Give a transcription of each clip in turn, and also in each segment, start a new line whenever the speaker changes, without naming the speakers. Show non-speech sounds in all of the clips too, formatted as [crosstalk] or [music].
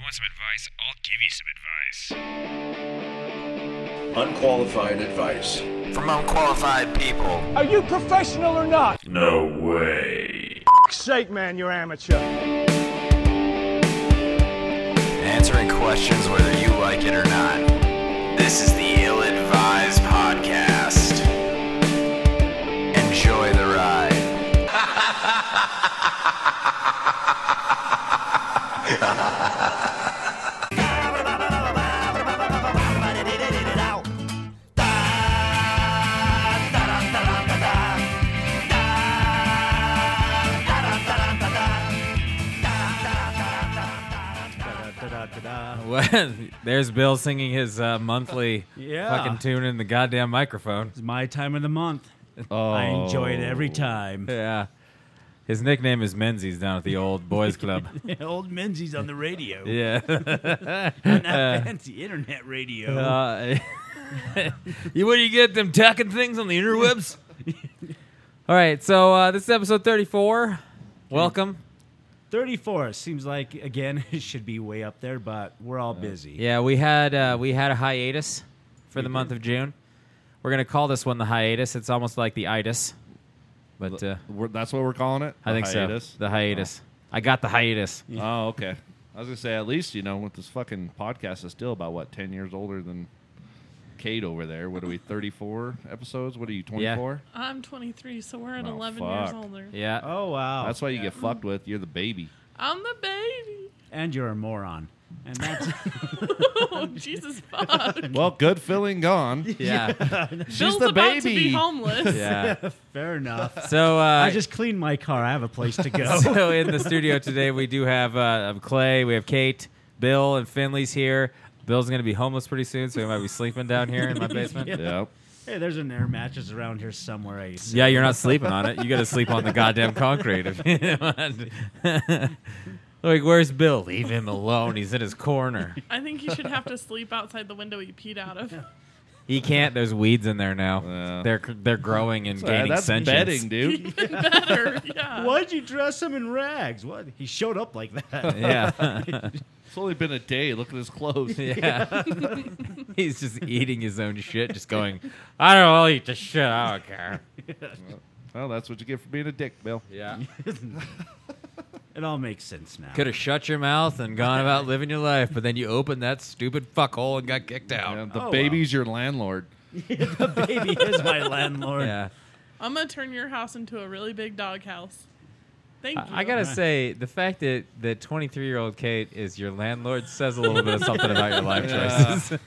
want some advice? I'll give you some advice.
Unqualified advice.
from unqualified people.
Are you professional or not?
No way.
F- sake, man, you're amateur.
Answering questions whether you like it or not. This is the Ill Advised Podcast. Enjoy the ride.
Well, [laughs] there's Bill singing his uh, monthly
Yeah.
fucking tune in the goddamn microphone. Oh.
It's my time of the month. I enjoy it every time.
Yeah. His nickname is Menzies down at the old boys club.
[laughs] Old Menzies on the radio,
yeah. [laughs]
not fancy internet radio.
Uh, you, what do you get them tacking things on the
[laughs]
interwebs? All right, so uh, this is episode 34. Welcome.
34 seems like again [laughs] it should be way up there, but we're all busy.
Yeah, we had uh, we had a hiatus for the month of June. We're gonna call this one the hiatus. It's almost like the itis, but uh,
We're, that's what we're calling it.
I think [laughs] so. The hiatus. Oh. I got the hiatus.
Oh. Oh, okay. I was gonna say at least you know with this fucking podcast is still about what ten years older than Kate over there. What are we? Thirty four episodes. What are you? Twenty four.
I'm 23, so we're at
Oh,
11 years
fuck.
older.
Yeah.
Oh wow.
That's why you get fucked with. You're the baby.
I'm the baby.
and you're a moron. And that's
Oh, Jesus fuck.
Well, good feeling gone.
Yeah.
Bill's
the
about to be
baby.
[laughs]
homeless.
yeah.
[laughs] fair enough.
So uh,
I just cleaned my car. I have a place to go.
[laughs] so in the studio today we do have uh, Clay, we have Kate, Bill, and Finley's here. Bill's gonna be homeless pretty soon, so he might be sleeping down here [laughs] in my basement. [laughs] yeah.
Yep.
hey, there's an air mattress around here somewhere. I assume.
you're not sleeping on it. You gotta sleep on the goddamn concrete. if you [laughs] want. [laughs] like, where's Bill? Leave him alone. He's in his corner.
I think you should have to sleep outside the window you peed out of.
He can't. There's weeds in there now.
Yeah.
They're they're growing and
Uh,
gaining
that's
sentience.
betting, dude.
Even better. Yeah.
Why'd you dress him in rags? What? He showed up like
[laughs]
that.
Yeah,
[laughs]
[laughs]
it's only been a day. Look at his clothes.
yeah. [laughs] He's just eating his own shit. Just going. I don't know. I'll eat the shit. I don't care.
Well, that's what you get for being a dick, Bill.
[laughs] Yeah.
it all makes sense now.
Could
[laughs]
have shut your mouth and gone about living your life, but then you opened that stupid fuckhole and got kicked out.
And the
Oh,
baby's your landlord.
Baby is my landlord.
[laughs] Yeah.
I'm going to turn your house into a really big doghouse. Thank you.
I, I gotta say, the fact that that 23 year old Kate is your landlord says a little bit of something about your [laughs] life
Yeah.
choices.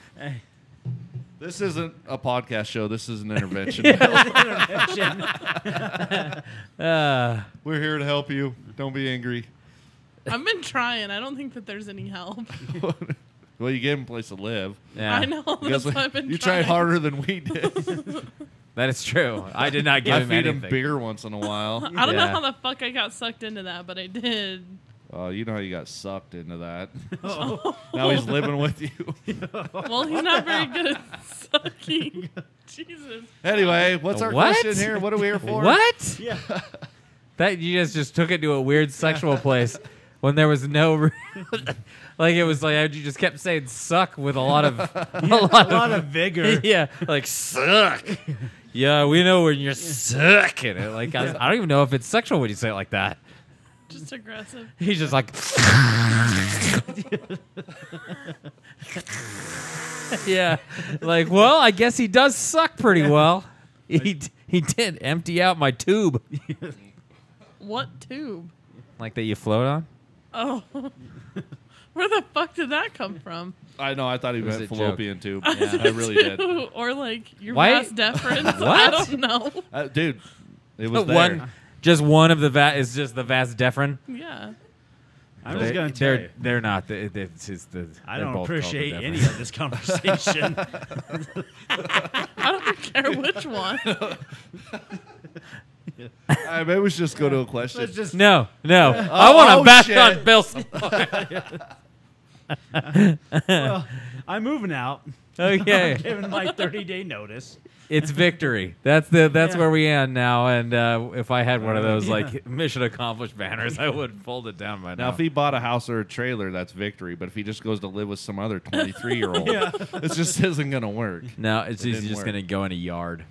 This isn't a podcast show. This
[laughs]
is an intervention.
Uh,
We're here to help you. Don't be angry.
I've been trying. I don't think that there's any help.
[laughs] Well, you gave him a place to
[laughs]
live.
yeah,
I know. That's
Guess
why
what? [laughs]
I've been
you
trying.
tried harder than we
[laughs]
did.
that is true. I did not give
I
him
feed
anything.
him beer once in a
[laughs]
while.
I don't
Yeah.
know how the fuck I got sucked into that, but I did.
Oh, you know how you got sucked into that.
[laughs]
[laughs] now he's living with you.
Well, he's not very good at sucking. [laughs] Jesus.
Anyway, what's our
What?
question here? What are we here for?
What?
Yeah.
[laughs] That you just just took it to a weird sexual place when there was no. [laughs] re- like it was like you just kept saying "suck" with a lot of a lot
A [laughs]
of
lot of
[laughs]
vigor.
yeah, like suck. yeah, we know when you're sucking it. Like I, I don't even know if it's sexual when you say it like that.
Just aggressive.
He's just like. [laughs] yeah, like well, I guess he does suck pretty well. He d- he did empty out my tube,
What tube?
like that you float on.
Oh. [laughs] Where the fuck did that come from?
I know. I thought he
was
meant
a joke. [laughs]
fallopian tube. I really did.
[laughs] or like your
Why-
vast
[laughs]
deference. I
What?
don't know.
Uh, dude, it was
[laughs]
there.
one, just one of the va- is just the vast deferent.
Yeah.
I'm just
They-
gonna
they're
tell you.
they're not. They, they, it's just the,
I
they're
don't
both called the
appreciate
deferent. [laughs]
any of this conversation.
I don't [laughs] care which one.
All right, maybe we should just go to a
[laughs]
question.
Let's just
No, no. I want to
[laughs]
oh,
bash
shit.
on Bill.
well, I'm moving out. I'm
Okay,
giving my 30 day notice.
it's victory. That's the that's
Yeah.
where we end now. And uh, if I had one of those
yeah.
like [laughs] mission accomplished banners, I would have pulled it down by now.
Now, if he bought a house or a trailer, that's victory. But if he just goes to live with some other 23 year
[laughs]
old, it just isn't going to work.
no, it's he's
didn't
just
work.
gonna go in a yard,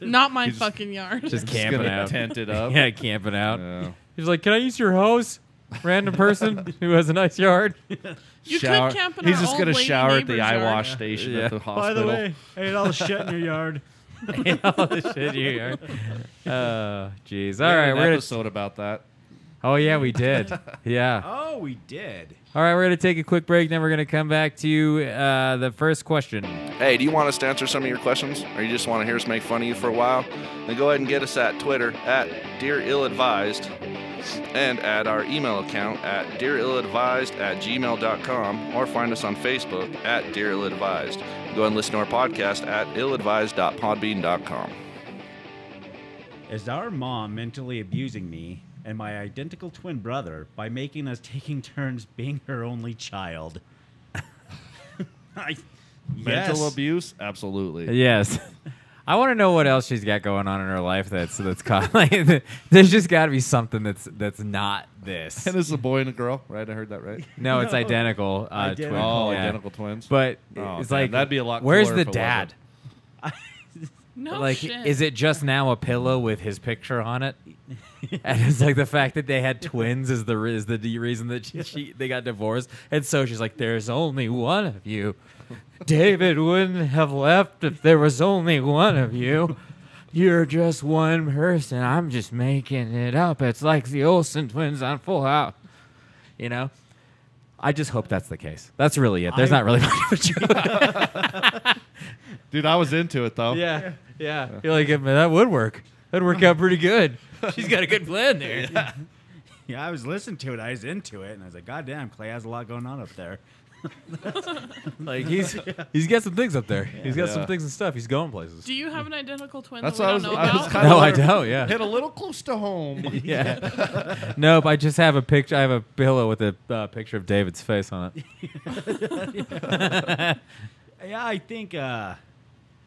Not my
He's-
fucking yard.
just
Just
camping
gonna
out,
tent
[laughs]
it up.
yeah, camping out.
Yeah.
He's like, "Can I use your hose?" Random
[laughs]
person who has a nice yard.
You
Shower-
could camp in
He's
our
just
old
gonna
lady
shower at the
neighbor's
eye
yard.
wash station
Yeah.
at the hospital.
By the way, I ate all the shit in your yard.
You [laughs] know, all the shit you hear. Oh, jeez. All
We had
right,
an
we're gonna.
episode about that.
Oh yeah, we
[laughs]
did. Yeah.
[laughs] Oh, we did.
All right, we're going to take a quick break. Then we're going to come back to uh, the first question.
Hey, do you want us to answer some of your questions, or you just want to hear us make fun of you for a while? Then go ahead and get us at Twitter at Dear Ill Advised, and at our email account at dearilladvised at gmail.com, or find us on Facebook at Dear Ill Advised. Go and listen to our podcast at illadvised.podbean.com.
Is our mom mentally abusing me and my identical twin brother by making us taking turns being her only child? [laughs] I,
Mental
yes.
abuse? Absolutely.
Yes. [laughs] I want to know what else she's got going on in her life that's that's caught. [laughs] Like, there's just got to be something that's that's not
[laughs]
this.
And it's a boy and a girl, right? I heard that right.
No, it's identical. Uh,
Identical.
twin. [laughs]
Oh,
Yeah.
identical twins.
But
Oh,
it's
man,
like
that'd be a lot
Where's
cooler
the
if it wasn't.
dad?
No
like,
shit.
is it just now a pillow with his picture on it? and it's like the fact that they had twins is the re- is the de- reason that she, she they got divorced. And so she's like, "There's only one of you. David wouldn't have left if there was only one of you. You're just one person. I'm just making it up. It's like the Olsen twins on Full House, you know." I just hope that's the case. That's really it. There's
I-
not really much of a joke.
Dude, I was into it though.
Yeah, yeah. You're like, man, that would work. That'd work out pretty good. [laughs] She's got a good plan there. [laughs]
Yeah, I was listening to it. I was into it, and I was like, "God damn, Clay has a lot going on up there."
Like he's he's got some things up there. He's got
Yeah.
some things and stuff. He's going places. [laughs]
Do you have an identical twin
That's
that we
what I was,
don't know
I was
about?
kind of
No, I don't, yeah.
Hit a little close
[laughs]
to home.
Yeah. nope. I just have a picture. I have a pillow with a uh, picture of David's face on [laughs] it.
Yeah, I think. Uh,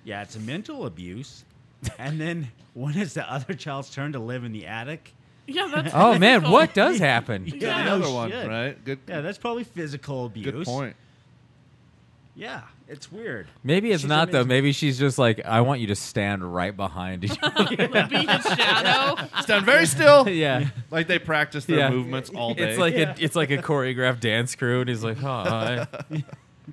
yeah, it's a mental abuse. and then when is the other child's turn to live in the attic?
yeah, that's
Oh man,
difficult.
what [laughs] does happen?
Yeah,
Yeah.
the other
Oh,
one,
shit.
right? Good,
Yeah, that's probably physical abuse.
[laughs]
good point.
Yeah, it's weird.
Maybe it's
She's
not though.
amazing.
Maybe she's just like, I want you to stand right behind each other.
Be
[laughs]
his shadow.
Stand very still.
[laughs] [laughs] yeah.
Like they practice their
Yeah.
movements all day.
It's like a it's like
[laughs]
a choreographed dance crew, and he's like, "Huh." I-"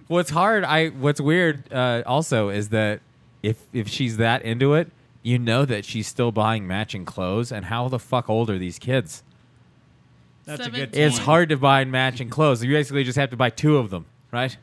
what's hard? I what's weird uh, also is that if if she's that into it, you know that she's still buying matching clothes, and how the fuck old are these kids?
That's a
Seventeen.
good.
It's
Yeah.
hard to buy matching clothes. You basically just have to buy two of them, right?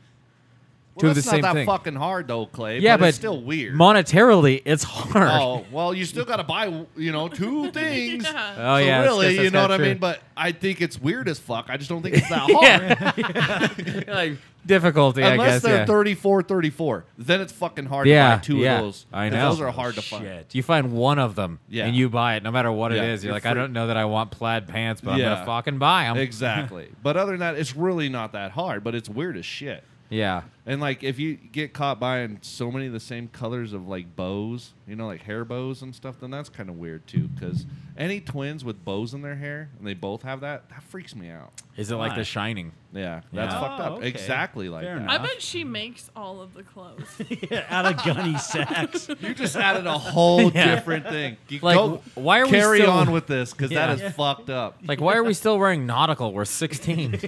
two
well,
of the
that's
same
not that
thing.
fucking hard though, Clay.
yeah, but
it's still weird.
Monetarily, it's hard. [laughs]
Oh well, you still got to buy you know two things.
Yeah.
Oh,
So
yeah, that's-
really,
that's
you
kinda
know what I
true.
mean. But I think it's weird as fuck. I just don't think
[laughs]
it's that hard. [laughs]
yeah, like difficulty. I
Unless
guess.
they're
yeah.
34, 34, then it's fucking hard
Yeah,
to buy two
yeah.
of those.
I
'cause
know.
those are hard to find.
Shit.
You find one of them
Yeah.
and you buy it, no matter what
Yeah,
it is. You're,
you're
like, I
free.
don't know that I want plaid pants, but I'm
Yeah.
gonna fucking buy them.
[laughs]
Exactly. but other than that, it's really not that hard. But it's weird as shit.
yeah,
And like, if you get caught buying so many of the same colors of like bows, you know, like hair bows and stuff, then that's kind of weird too. Because any twins with bows in their hair and they both have that, that freaks me out.
is it like
Why?
The Shining?
Yeah, that's
Yeah.
fucked up.
Oh, okay.
Exactly like
Fair
that.
I
enough.
bet she makes all of the clothes.
out of gunny
[laughs]
sacks.
You just added a
[laughs]
whole
Yeah.
different thing. You
Like,
go-
why are we
carry
still-
on with this? Because that is
Yeah.
fucked up.
[laughs]
Like, why are we still wearing nautical? We're
[laughs]
16.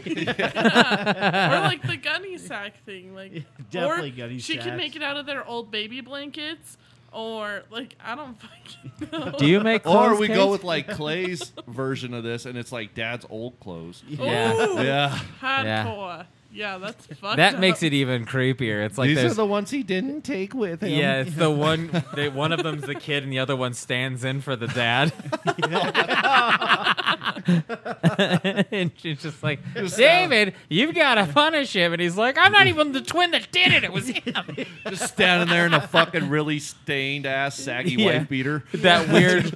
or like the gunny sack thing. Like
Definitely
or
gunny
She can
sacks.
make it out of their old baby blankets, or like I don't fucking [laughs] know.
Do you make clothes?
Or we
Kate?
go with like Clay's version of this, and it's like Dad's old clothes.
yeah.
Ooh,
Yeah,
hardcore. Yeah, that's
[laughs]
fucked.
That
up.
makes
[laughs]
it even creepier. It's like
Oh, these are
there's.
the ones he didn't take with
[laughs]
him.
yeah, it's the one. They, one of them's the kid, and the other one stands in for the dad.
[laughs]
[laughs] and she's just like, David, you've got to punish him. And he's like, I'm not even the twin that did it. It was him.
just standing there in a fucking really stained ass saggy
Yeah.
white beater. [laughs]
that weird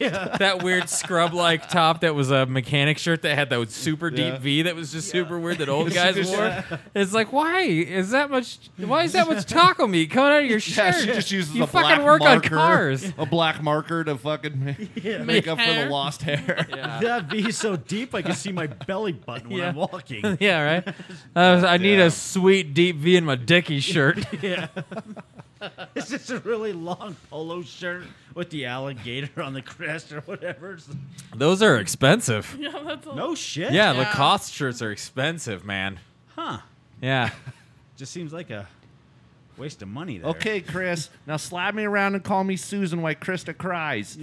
that weird scrub like top that was a mechanic shirt that had that super deep
Yeah.
V that was just super weird that old
She
guys
just-
wore. It's like, why is that much? Why is that much taco meat coming out of your
[laughs] Yeah,
shirt?
she just uses
you
a
fucking
black
work
marker,
on cars.
[laughs] a black marker to fucking
[laughs]
ma- make up for the
Hair.
lost hair.
That'd be so deep I can see my belly button when
Yeah.
I'm
[laughs]
walking. [laughs]
yeah, right.
[laughs]
I, was- I need a sweet deep V in my Dickie
[laughs]
shirt.
It's just a really long polo shirt with the alligator on the crest or whatever. It's-
Those are expensive.
Yeah, that's a
No shit.
Yeah,
Yeah.
Lacoste shirts are expensive, man.
Huh.
Yeah.
Just seems like a waste of money there.
Okay, Chris. Now slide me around and call me Susan while Krista cries.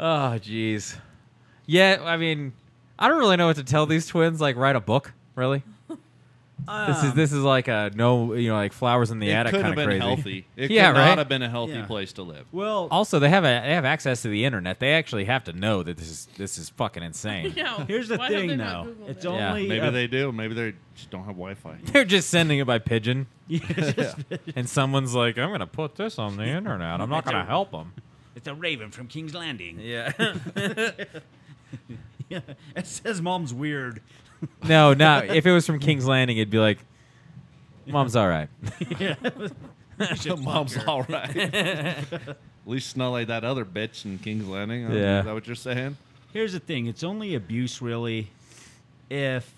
Oh, jeez. Yeah, I mean, I don't really know what to tell these twins. Like, write a book, really.
[laughs]
this is this is like a no, you know, like flowers in the
Uh, it
attic
could
kind
have
of crazy.
been healthy. It
Yeah,
could
right?
not have been a healthy
Yeah.
place to live.
Well,
Also, they have a they have access to the internet. They actually have to know that this is this is fucking
[laughs]
insane.
[laughs] Yeah.
here's the
why have
thing,
they not
though.
Googled
It's
it?
Yeah.
only
Maybe
a-
they do. Maybe they just don't have Wi-Fi.
They're just sending it by
[laughs]
pigeon,
it's
and someone's like, "I'm gonna put this on the internet. I'm not gonna help
[laughs]
them."
it's a raven from King's Landing.
Yeah.
[laughs] Yeah. It says mom's [laughs] weird.
no, no. If it was from King's Landing, it'd be like, "Mom's all right."
The mom's all
[laughs]
right. At least it's not like that other bitch in King's Landing. huh?
Yeah.
Is that what you're saying?
Here's the thing it's only abuse, really, if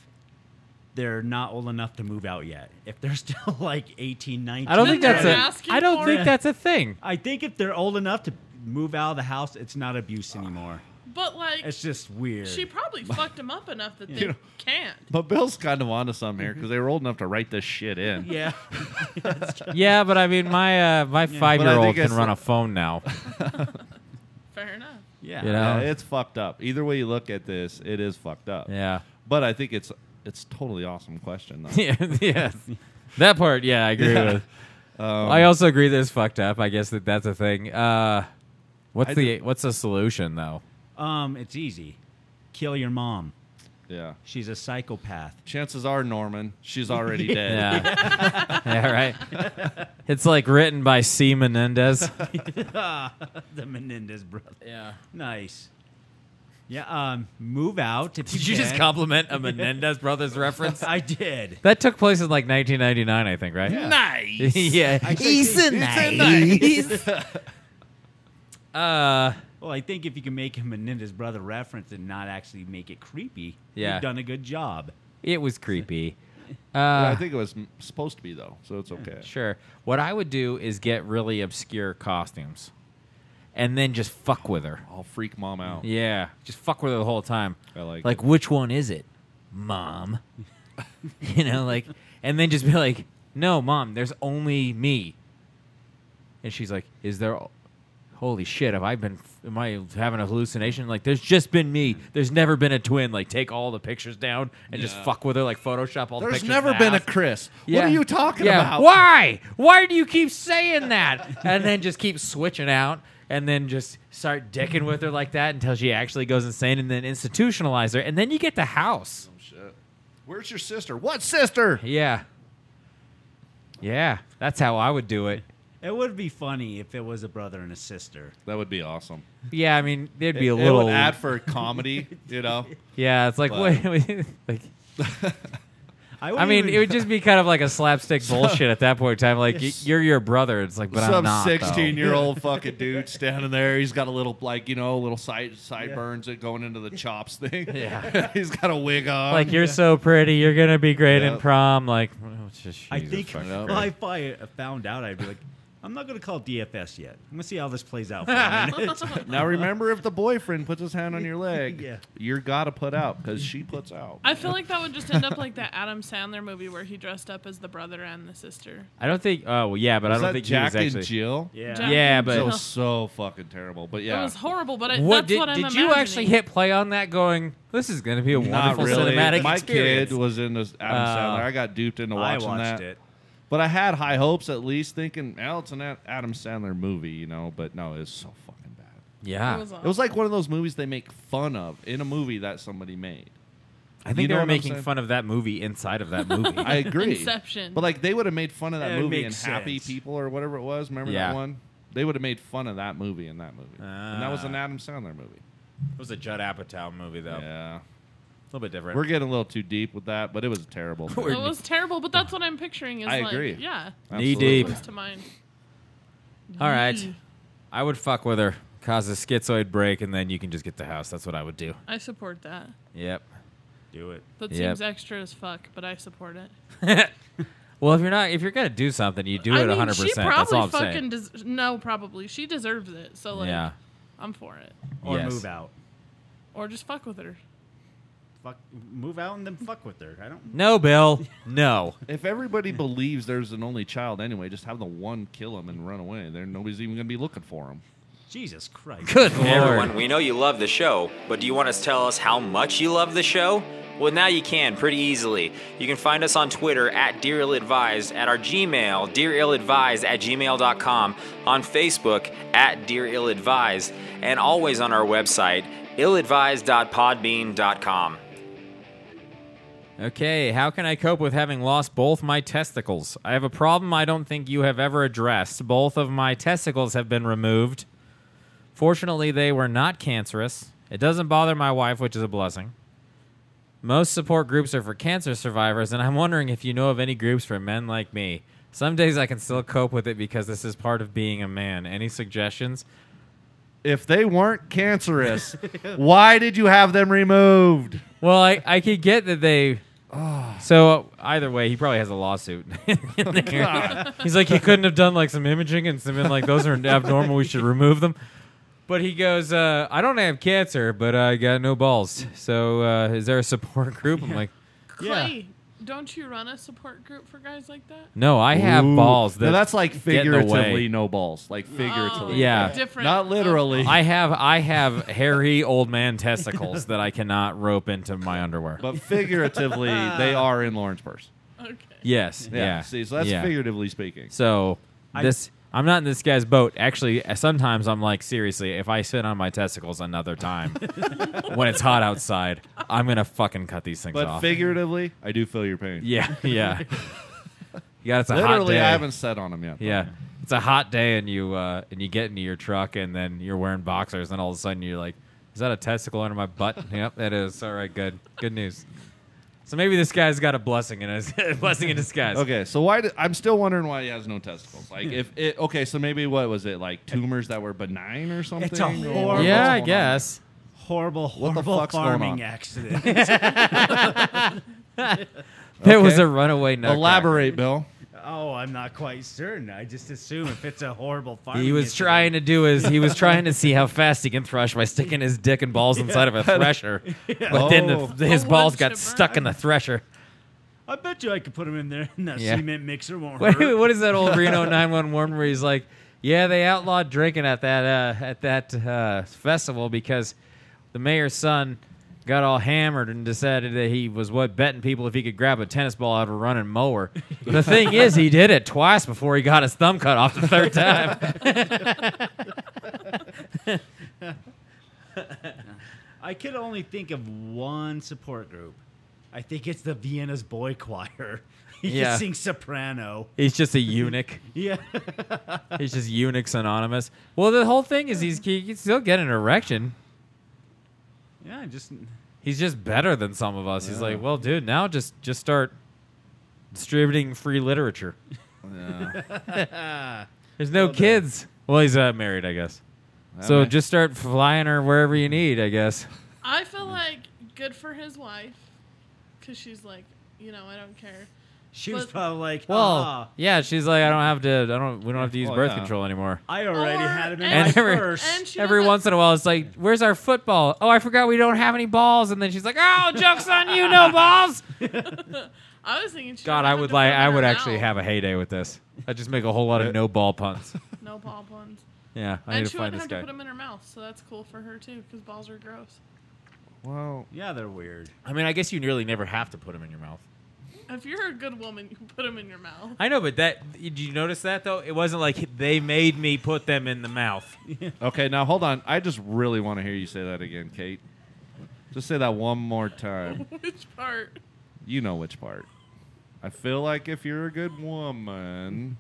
they're not old enough to move out yet. If they're [laughs] still like 18, 19.
I don't think
Then
that's
they're
a.
asking
I don't
for
think
it.
that's a thing.
I think if they're old enough to move out of the house, it's not abuse anymore.
But like,
It's just weird.
she probably fucked him up enough that they
You know-
can't.
But Bill's kind of onto something here because they were old enough to write this shit in.
[laughs] yeah.
Yeah, but I mean, my uh, my five year old
think
can
it's
run
the-
a phone now.
Fair enough.
Yeah.
You
Yeah,
know?
it's fucked up. Either way you look at this, it is fucked up.
Yeah. [laughs]
But I think it's it's totally awesome question though.
yeah. yes. That part, yeah, Um, I agree with. I also agree that it's fucked up. I guess that that's a thing. Uh, what's
I
the what's the solution though?
Um, it's easy. Kill your mom.
yeah.
She's a psychopath.
Chances are Norman,
[laughs]
she's already dead.
Yeah. yeah. Right. It's like written by C. Menendez.
The Menendez brother.
Yeah.
Nice. Yeah. Um, move out. If
Did you just
can.
compliment a Menendez brothers reference?
[laughs] I did.
That took place in like 1999, I think, right? [laughs]
Nice.
yeah. He's a nice. Uh,
Well, I think if you can make a Menendez brother reference and not actually make it creepy,
Yeah.
you've done a good job.
it was creepy.
I
Uh,
think it was m- supposed to be though, so it's okay.
sure. What I would do is get really obscure costumes, and then just fuck with her.
I'll freak mom out.
Yeah, just fuck with her the whole time.
I like
like which one is it, mom? [laughs] you know, like, and then just be like, no, mom, there's only me. And she's like, is there? Holy shit! Have I been? Am I having a hallucination? Like, there's just been me. There's never been a twin. Like, take all the pictures down and just fuck with her. Like, Photoshop all the
There's
pictures.
never
in the
been a
house.
Chris.
Yeah.
What are you talking
Yeah.
about?
Why? Why do you keep saying that? and then just keep switching out and then just start dicking with her like that until she actually goes insane and then institutionalize her. And then you get the house.
Where's your sister? What sister?
Yeah. Yeah. That's how I would do it.
It would be funny if it was a brother and a sister.
That would be awesome.
Yeah, I mean, there'd be a
it,
little.
it would add for comedy,
[laughs]
you know.
yeah, it's like,
But-
wait, [laughs] like.
would
I mean,
even-
it would just be kind of like a
[laughs]
slapstick bullshit at that point in time. Like, y- you're your brother. It's like, but I'm
Some
not. though.
[laughs]
sixteen-year-old fucking dude standing there. He's got a little, like you know, little side sideburns that going into the chops thing.
Yeah.
[laughs] he's got a wig on.
Like,
[laughs]
you're so pretty. You're going to be great
Yeah.
in prom. Like, [laughs] oh, Jesus
I think
fucking
well,
Christ.
if I uh, found out, I'd be like, I'm not going to call DFS yet. I'm going to see how this
[laughs]
plays out for a minute.
now, remember, if the boyfriend puts his hand on your leg,
Yeah.
you're gotta put out because she puts out.
I feel like that would just end up like that Adam Sandler movie where he dressed up as the brother and the sister.
I don't think. Oh, well, yeah, but I
Was
don't
that
think
Jack
he was actually.
and Jill.
[laughs] yeah.
Jack
Yeah,
and
but-
That
Jill.
was so fucking terrible. But yeah,
it was horrible. But I,
What
that's
did,
what I'm
did you actually
imagining.
hit play on that? Going, this is going to be a
not
wonderful
really.
cinematic
My
experience.
kid was into Adam
Uh,
Sandler. I got duped into
I
watching
watched
that.
it.
But I had high hopes at least, thinking, "Well, it's an A- Adam Sandler movie, you know." But no, it was so fucking bad.
yeah,
It was
It was like one of those movies they make fun of in a movie that somebody made.
I think they
You know
were
what I'm
making
saying?
fun of that movie inside of
[laughs]
that movie.
I agree.
Inception.
But like they would have made fun of that
It
movie in
makes
Happy
sense.
People or whatever it was. Remember
Yeah.
that one? They would have made fun of that movie in that movie, and that was
Ah.
an Adam Sandler movie.
was a Judd Apatow movie, though.
Yeah,
little bit different.
We're getting a little too deep with that, but it was terrible.
We're-
It was terrible, but that's what I'm picturing. Is
I
like,
agree.
Yeah,
Knee
Absolutely.
deep.
comes to mind.
All right. I would fuck with her, cause a schizoid break, and then you can just get the house. That's what I would do.
I support that.
Yep.
Do it.
That
Yep.
seems extra as fuck, but I support it.
Well, if you're not, if you're gonna do something, you do
I
it
mean,
100.
she
percent That's all
probably
I'm
fucking
saying.
des- no, probably she deserves it. So like,
yeah.
I'm for it.
Or
Yes.
move out.
Or just fuck with her.
Fuck, move out and then fuck with her. I don't.
No, Bill.
[laughs]
No.
If everybody believes there's an only child anyway, just have the one kill him and run away. There, nobody's even gonna be looking for him.
Jesus Christ.
Good lord.
Hey everyone, we know you love the show, but do you want to tell us how much you love the show? Well, now you can pretty easily. You can find us on Twitter at Dear Ill Advised, at our Gmail, dearilladvised at gmail.com, on Facebook at Dear Ill Advised, and always on our website, illadvised.podbean.com.
Okay, how can I cope with having lost both my testicles? I have a problem I don't think you have ever addressed. Both of my testicles have been removed. Fortunately, they were not cancerous. It doesn't bother my wife, which is a blessing. Most support groups are for cancer survivors, and I'm wondering if you know of any groups for men like me. Some days I can still cope with it because this is part of being a man. Any suggestions?
If they weren't cancerous, why did you have them removed?
Well, I, I could get that they.
Ah.
So either way, he probably has a
[laughs]
lawsuit. in there. He's like he couldn't have done like some imaging and some like those are abnormal. We should remove them. But he goes, uh, I don't have cancer, but I got no balls. So uh, is there a support group? I'm like,
Yeah.
Clay, don't you run a support group for guys like that?
no, I have
Ooh.
balls.
Now
that-
that's like
get in the way."
figuratively no balls. Like
Oh,
figuratively.
Yeah.
different. Oh,
Not literally.
I have I have hairy old man testicles that I cannot rope into my underwear.
but figuratively,
[laughs]
they are in Lauren's purse.
Okay.
yes, yeah.
Yeah. See, so that's
yeah.
figuratively speaking.
So
I-
this, I'm not in this guy's boat. Actually, uh, sometimes I'm like, seriously, if I sit on my testicles another
[laughs]
time when it's hot outside, I'm gonna fucking cut these things
But
off.
figuratively, I do feel your pain.
yeah, yeah. yeah, it's a hot
Literally,
day.
I haven't said on them yet.
Yeah, it's a hot day, and you uh, and you get into your truck, and then you're wearing boxers, and all of a sudden you're like, "Is that a testicle under my
[laughs]
butt?" yep, that is. All right, good, good news. So maybe this guy's got a blessing in his [laughs] blessing in disguise.
Okay, so why? Did, I'm still wondering why he has no testicles. Like, if it okay, so maybe what was it like tumors that were benign or something?
It's a
Or
horrible-
what's
Yeah, I
going on?
guess.
Horrible,
the
horrible
fuck's going on?
farming accident.
There was
Okay.
a runaway nutcracker.
Elaborate, Bill.
oh, I'm not quite certain. I just assume if it's a horrible farming.
He was trying to do his. He was trying to see how fast he can thrush by sticking his dick and balls inside of a thresher. But then
Oh.
the, his
A
balls
wood
got
chipper.
stuck in the thresher.
I bet you I could put him in there, and that
Yeah.
cement mixer won't
[laughs] Wait,
hurt.
what is that old Reno 911 warning where he's like, "Yeah, they outlawed drinking at that uh, at that uh, festival because the mayor's son got all hammered and decided that he was what betting people if he could grab a tennis ball out of a running mower. The thing is, he did it twice before he got his thumb cut off the third time.
I could only think of one support group. I think it's the Vienna's Boy Choir. [laughs] He can
Yeah.
sing soprano. [laughs]
he's just a eunuch."
Yeah.
He's just Unix Anonymous. Well, the whole thing is he's he can still get an erection.
Yeah, just
He's just better than some of us. He's like, well, dude, now just just start distributing free literature. [laughs] There's no kids. Well, he's uh, married, I guess. so
Okay.
just start flying her wherever you need, I guess.
I feel like good for his wife, because she's like, you know, I don't care.
she was
But-
probably like,
Well,
"Ah,
yeah, she's like, I don't have to. I don't. We don't have to use
Oh,
birth
yeah.
control anymore.
I already
Or-
had him in
and
my
every-
purse."
And she
Every
doesn't-
once in a while, it's like, "Where's our football? Oh, I forgot we don't have any balls." And then she's like, "Oh, jokes on you, no balls."
I was thinking. She
God,
doesn't
I
have
would
to
like.
put
I
in
would
her
actually
mouth.
have a heyday with this. I just make a whole lot of no ball [laughs] punts.
no ball puns.
Yeah, I
and
need
she
to find
wouldn't
this
have
guy.
to put them in her mouth, so that's cool for her too, because balls are gross.
Well,
yeah, they're weird.
I mean, I guess you really never have to put them in your mouth.
If you're a good woman, you put them in your mouth. [laughs]
I know, but that did you notice that though? It wasn't like they made me put them in the [laughs] mouth.
okay, now hold on. I just really want to hear you say that again, Kate. Just say that one more time.
Which part?
You know which part. I feel like if you're a good
[laughs]
woman,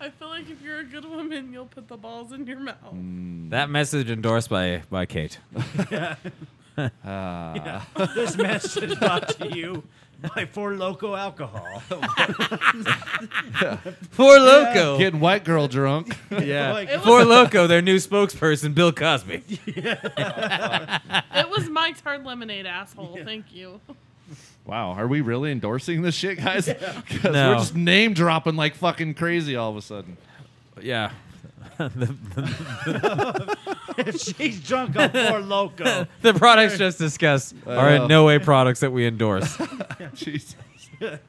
I feel like if you're a good woman,
Mm.
you'll put the balls in your mouth.
That message endorsed by by Kate.
Yeah. this message brought to you by Four Loco Alcohol.
[laughs]
[laughs]
Four Loco.
Getting white
[laughs]
girl drunk.
yeah.
It
[laughs]
was,
Four Loco, their new spokesperson, Bill [laughs] Cosby.
it was Mike's Hard Lemonade, asshole. Thank you.
wow, are we really endorsing this
[laughs]
shit, guys? [laughs] Because
No.
we're just name dropping like fucking crazy all of
[laughs]
a sudden.
Yeah. the,
if she's drunk on
[laughs]
Four Loco,
the products just discussed are in
know.
no way products that we [laughs] endorse.
Jesus.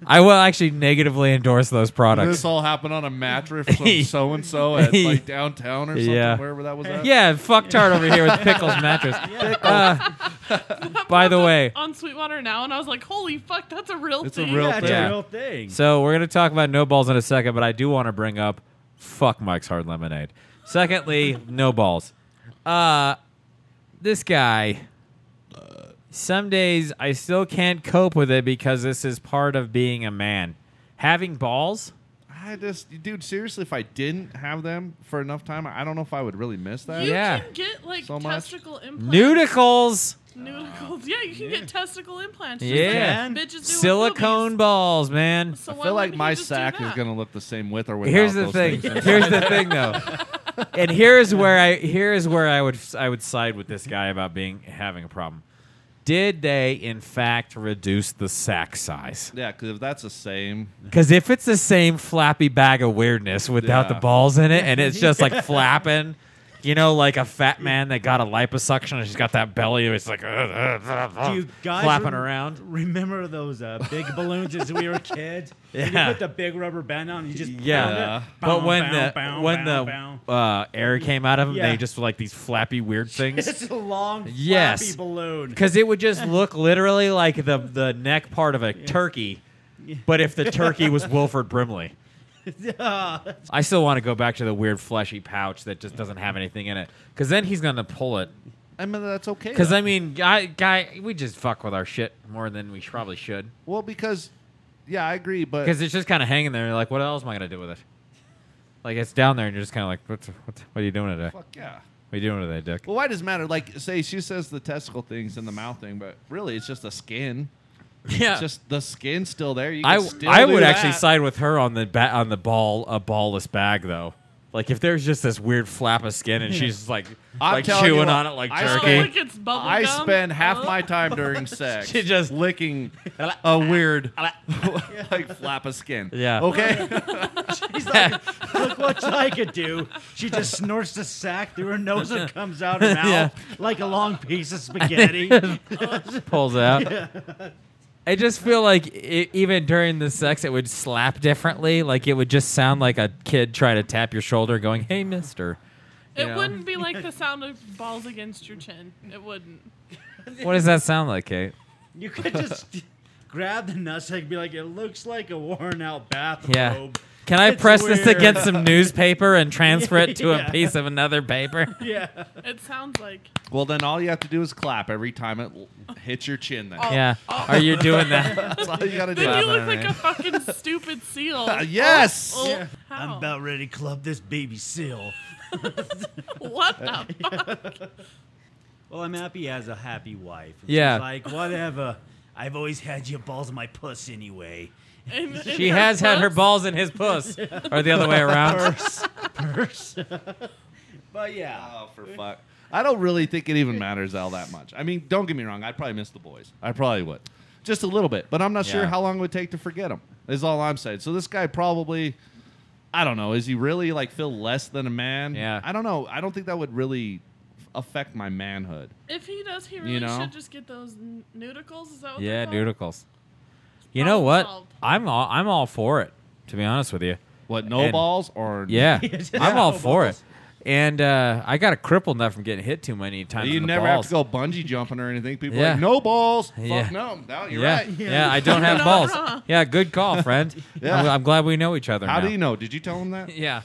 I will actually negatively endorse those products.
This all happened on a mattress
[laughs]
from so and so at like downtown or something,
Yeah.
wherever that was
[laughs]
at.
Yeah, fucktard over here with pickles mattress. Uh, [laughs] by the way,
On Sweetwater now, and I was like, holy fuck, that's a real
It's a
thing.
real
that's
Yeah.
a real thing.
So we're gonna talk about no balls in a second, but I do want to bring up fuck Mike's hard lemonade. Secondly, no balls. Uh, this guy. Some days I still can't cope with it because this is part of being a man. Having balls,
I just, dude, seriously, if I didn't have them for enough time, I don't know if I would really miss that.
You
Yeah.
can get like
So much.
testicle implants.
nudicles,
Nudicles. Yeah, you can get testicle implants. Just
yeah,
like
Bitches do with boobies.
silicone balls, man.
So
I feel like my sack is
is
going to look the same with or without.
Here's the
those
thing.
things.
Here's the thing,
[laughs]
though. And here's where I here's where I would I would side with this guy about being having a problem. Did they in fact reduce the sack
[laughs]
size?
Yeah, because if that's the same,
Because if it's the same flappy bag of weirdness without the
Yeah.
balls in it, and it's just
[laughs]
like flapping, you know, like a fat man that got a liposuction and she's got that belly, it's like uh, uh, uh, uh,
Do you guys
flapping
rem-
around.
Remember those uh,
[laughs]
big balloons as we were kids? And
Yeah.
You put the big rubber band on. And you just
Yeah.
pound it.
Yeah.
But
Bow,
when
bow,
the
bow,
when
bow, bow.
the uh, air came out of them,
Yeah.
they just were like these flappy weird
[laughs]
things.
it's a long floppy
Yes. [laughs]
balloon.
Because it would just look literally like the, the neck part of a turkey, but if the turkey was Wilford Brimley. I still want to go back to the weird fleshy pouch that just doesn't have anything in it. Because then he's going to pull it.
I mean,
[laughs]
that's okay.
Because,
though.
I mean, guy, guy, we just fuck with our shit more than we probably should.
well, because, yeah, I agree, but
Because it's just kind of hanging there. You're like, what else am I going to do with it? Like, it's down there, and you're just kind of like, what, what, what are you doing today? What
fuck yeah.
are you doing today, Dick?
Well, why does it matter? Like, say she says the testicle things and the mouth thing, but really, it's just the skin.
Yeah.
It's just the skin's still there. You can
I,
still
I
do
would actually
that.
side with her on the ba- on the ball a ballless bag though. Like if there's just this weird flap of skin and she's just like
I'm
like
telling you
chewing
what,
on it like
I
jerky.
spent-
Like it's bubble
I
gum.
spend half
Ugh.
my time during sex
[laughs] She just-
licking a weird like flap of skin.
Yeah. [laughs]
Okay. [laughs]
He's like, look what I could do. She just snorts the sack through her nose
[laughs]
and comes out her mouth
Yeah.
like a long piece of spaghetti.
[laughs] pulls
[laughs]
out. I just feel like i even during the sex, it would slap differently. Like it would just sound like a kid trying to tap your shoulder, going, "Hey, Mister,
It
Yeah.
wouldn't be
[laughs]
like the sound of balls against your chin. It wouldn't.
what does that sound like, Kate?"
you could just grab the nutsack and be like, it looks like a worn out bathrobe.
Yeah. Can I
It's
press this
weird.
against
[laughs]
some newspaper and transfer it to
Yeah.
a piece of another paper?
[laughs]
Yeah.
It
[laughs]
sounds like
well, then all you have to do is clap every time it l- hits your
[laughs]
chin. Then
Yeah. Are you doing
[laughs]
that?
that's all you got to do. Uh,
Then you look like a fucking stupid seal.
[laughs] Uh,
yes.
Oh,
Yeah.
how?
I'm about ready to club this baby seal.
[laughs]
[laughs]
what the fuck?
Well, I'm happy he has a happy wife. And
Yeah.
She's like, whatever. I've always had your balls in my puss anyway.
In- [laughs] in
She has had her
puss?
balls in his puss, or the other way around.
But yeah.
Oh, for fuck. I don't really think it even matters all that much. I mean, don't get me wrong. I'd probably miss the boys. I probably would. Just a little bit. But I'm not sure
Yeah.
how long it would take to forget them, is all I'm saying. So this guy probably, I don't know, is he really like feel less than a man?
Yeah.
I don't know. I don't think that would really affect my manhood.
If he does, he really
know?
should just get those n- nudicles. Is that what
[laughs] Yeah,
they're called?
nudicles. You know what?
Problem solved.
I'm all I'm all for it. To be honest with you,
What, no
And-
balls or.
yeah,
Just
I'm all
no
for it.
balls.
And uh, I got a crippled nut from getting hit too many times.
You
in the
never
balls.
have to go bungee jumping or anything. People are
Yeah.
like, no balls.
Yeah.
Fuck no. No, [laughs] you're
yeah,
right.
yeah, I don't have
You're not
balls.
wrong.
Yeah, good call, friend.
Yeah.
I'm, I'm glad we know each other.
How
now.
do you know? Did you tell him that?
[laughs] Yeah.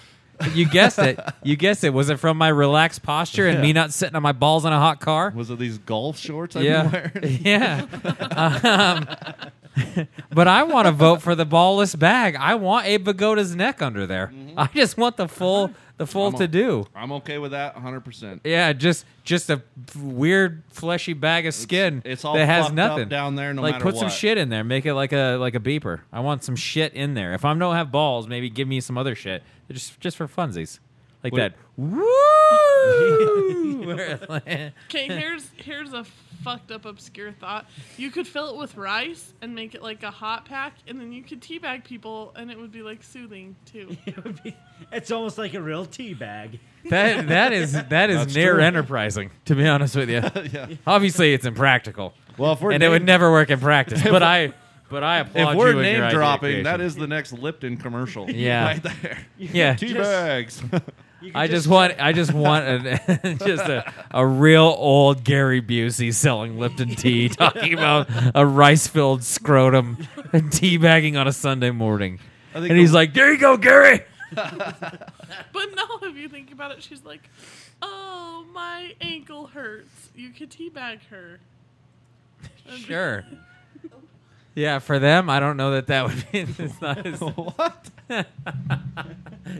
You guessed it. You guessed it. Was it from my relaxed posture
[laughs]
and me not sitting on my balls in a hot car?
Was it these golf shorts I've been
yeah.
wearing?
[laughs] yeah. Um, but I want to vote for the ballless bag. I want Abe Vigoda's neck under there. I just want the full the full
Mm-hmm. I'm o-
to do.
[laughs] I'm okay with that 100%.
Yeah, just just a f- weird fleshy bag of skin
it's all
that has
fucked up
nothing
down there no
like
matter
put some
what. [laughs]
shit in there, make it like a like a beeper. I want some shit in there. If I am don't have balls, maybe give me some other shit just just for funsies, like that.
[laughs]
Woo! [laughs]
Okay, here's here's a fucked up obscure thought. You could fill it with rice and make it like a hot pack, and then you could teabag people, and it would be like soothing too.
It would be, it's almost like a real tea bag.
that that is that is
That's
near
true.
enterprising, to be honest with you. [laughs] Obviously, it's impractical,
Well, if we're
and it
name,
would never work in practice. But I but I applaud
if we're
you and your
name
idea
dropping,
creation.
that is the next Lipton
[laughs]
commercial.
Yeah.
right there. [laughs]
yeah.
Tea
Just-
bags.
You could
I just want I just want an, [laughs] just a, a real old Gary Busey selling Lipton
[laughs]
tea, talking about a rice filled scrotum [laughs] and teabagging on a Sunday morning.
think
And he's
the-
like, "There you go, Gary."
But now, if you think about it, she's like, "Oh, my ankle hurts." You could teabag her.
Sure. Yeah, for them, I don't know that that would be. [laughs] It's
[laughs]
not as,
what?
[laughs]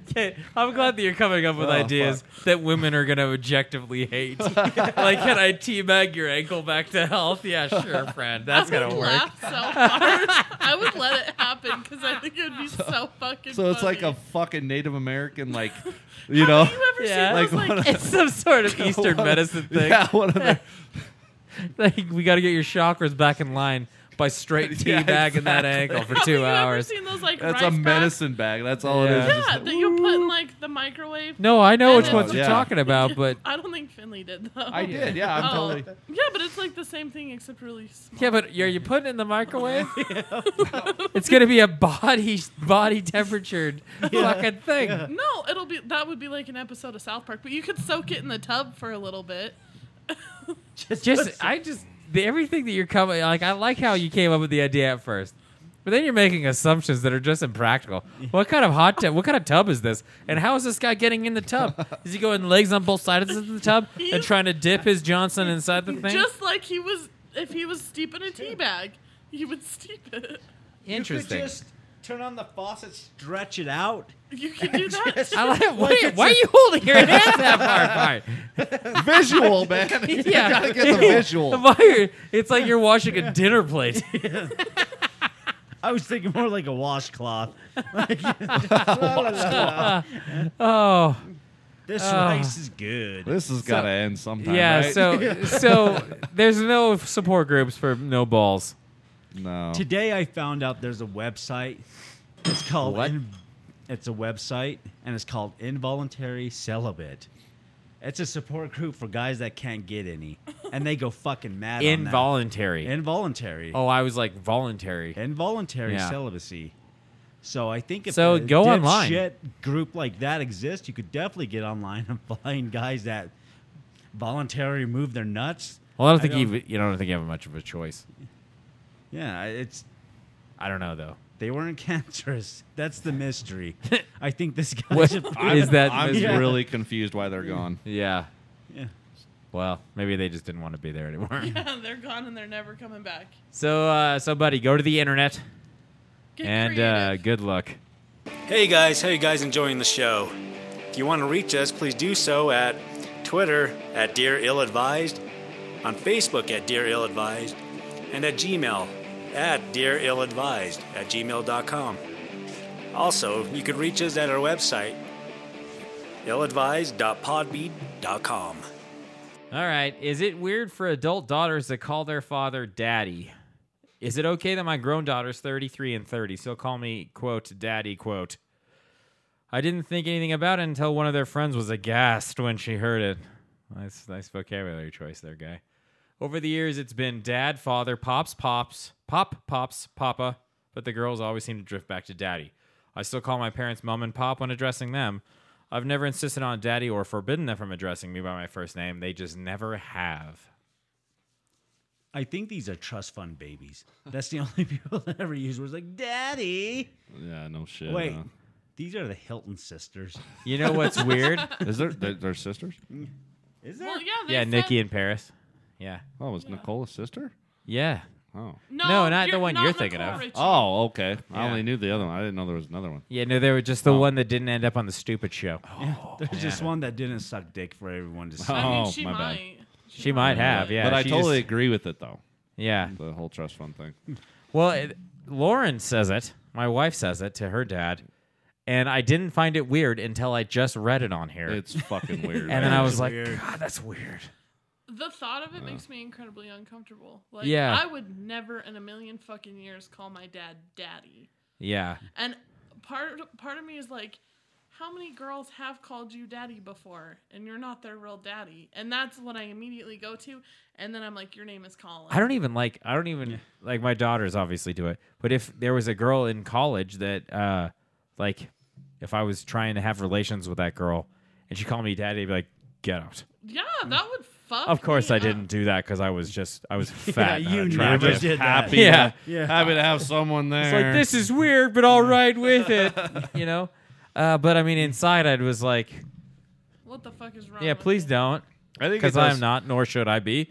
okay, I'm glad that you're coming up with
Oh,
ideas that women are going to objectively
[laughs]
hate. like, can I teabag your ankle back to health? Yeah, sure, friend. That's
I would
going to work.
laugh so hard. I would let it happen because I think it would be so
[laughs]
fucking.
So it's like a
funny.
fucking Native
[laughs]
American, like you know, [laughs]
Have you ever
Yeah.
seen
Like,
those [laughs] like
It's some sort
[laughs]
of Eastern medicine thing.
yeah, one
[laughs]
of their-
Like we got to get your chakras back in line by straight teabagging
[laughs] Yeah,
that ankle for
[laughs] Have
two
you Ever
hours.
seen those like
that's
rice
a
packs?
medicine bag. That's all
Yeah. [laughs]
it is.
Yeah,
Just-
that you put in like the microwave. [laughs]
No, I know which
And
ones
then-
you're
Yeah.
talking about, but
I don't think Finley did though.
I did. Yeah, I'm
Oh.
[laughs]
totally.
Yeah, but it's like the same thing except really small.
yeah, but are you putting it in the
[laughs]
microwave? [laughs] it's gonna be a body body
[laughs]
temperatured fucking thing.
No, it'll be that would be like an episode of South Park, but you could soak it in the tub for a little bit.
[laughs]
It's just I just the, everything that you're coming like I like how you came up with the idea at first. But then you're making assumptions that are just impractical. What kind of
[laughs]
hot tub? What kind of tub is this? And how is this guy getting in the tub? Is he going legs on both sides of the
[laughs]
tub and trying to dip his Johnson inside the thing?
Just like he was if he was steeping a tea bag, he would steep it. [laughs]
Interesting.
You could just turn on the faucet, stretch it out.
You could do that.
Just-
I
[laughs]
like,
Like
why,
it's
why
a-
are you holding your hands that
[laughs]
far apart? [laughs]
Visual, [laughs] man.
Yeah.
Gotta
[laughs]
get the visual.
Why are- it's like you're washing a dinner
[laughs]
plate.
I was thinking more like a washcloth. [laughs]
Oh,
This
Ah.
rice is good.
This has got to end sometime.
yeah. [laughs]
right?
So, so there's no support groups for no balls.
no.
Today I found out there's a website. It's called.
What?
In- it's a website and it's called Involuntary Celibate. It's a support group for guys that can't get any, and they go fucking mad. on that.
Involuntary.
Involuntary.
Oh, I was like voluntary.
involuntary
Yeah.
celibacy. So I think if
So
a
go online.
dipshit group like that exists, you could definitely get online [laughs] and find guys that voluntarily remove their nuts.
Well, I don't think
I don't-
you you don't think you have much of a choice.
Yeah, it's
I don't know though.
they weren't [laughs] cancerous. That's the
[laughs]
mystery. I think this
What
guy's
[laughs] [laughs]
a,
is that? Mm.
I'm
miserable?
Yeah.
really confused why they're gone.
yeah.
yeah.
Well, maybe they just didn't want to be there anymore.
[laughs] Yeah, they're gone and they're never coming back.
[laughs] So, uh, so buddy, go to the internet
Get
and uh,
creative.
good luck.
Hey guys, how you guys enjoying the show? If you want to reach us, please do so at Twitter at Dear Ill Advised, on Facebook at Dear Ill Advised, and at Gmail at Dear Ill Advised at gmail.com. Also, you could reach us at our website, illadvised.podbean.com.
All right. Is it weird for adult daughters to call their father daddy? Is it okay that my grown daughter's 33 and 30 still call me, quote, daddy, quote? I didn't think anything about it until one of their friends was aghast when she heard it. Nice, nice vocabulary choice there, guy. Over the years, it's been dad, father, pops, pops, pop, pops, papa, but the girls always seem to drift back to daddy. I still call my parents mom and pop when addressing them. I've never insisted on daddy or forbidden them from addressing me by my first name. They just never have.
I think these are trust fund babies. That's the [laughs] only people that ever use words like daddy.
Yeah, no shit.
Wait,
huh?
these are the Hilton sisters.
You know what's weird?
Is there they're, they're sisters?
Is
Well, yeah, they
yeah,
said-
Nikki in Paris. Yeah.
Oh, was Nicole a sister?
Yeah.
Oh.
No,
No, not the one
not
you're thinking
Nicole
of.
Richie.
Oh, okay. I
Yeah.
only knew the other one. I didn't know there was another one.
Yeah, no, they were just the one that didn't end up on the stupid show.
[laughs] There's
Oh,
just one that didn't suck dick for everyone to see.
I mean,
Oh,
she
my bad.
might.
She might have, yeah.
but I
she
totally
just-
agree with it though.
yeah.
The whole trust
[laughs]
fund thing.
Well, it, Lauren says it. My wife says it to her dad, and I didn't find it weird until I just read it on here,
It's fucking weird.
and then
right?
I was like,
weird.
God, that's weird.
The thought of it makes me incredibly uncomfortable. Like,
Yeah.
I would never in a million fucking years call my dad daddy.
Yeah,
And part part of me is like, how many girls have called you daddy before, and you're not their real daddy? And that's what I immediately go to. And then I'm like, your name is Colin.
I don't even like. I don't even like. My daughters obviously do it, but if there was a girl in college that, uh like, if I was trying to have relations with that girl, and she called me daddy, I'd be like, get out.
Yeah, that would fuck.
Of course,
me
I
up.
didn't do that because I was just
[laughs]
I was fat. and
you
I'm
unattractive.
never
just
did that.
happy.
[laughs] Yeah.
Yeah.
Happy to have someone there.
It's like this is weird, but all right with
[laughs]
it, you know. Uh, but I mean, inside I was like,
What the fuck is wrong?
yeah,
with
please
me?
don't,
I think
because
it
I'm
does-
not, nor should I be.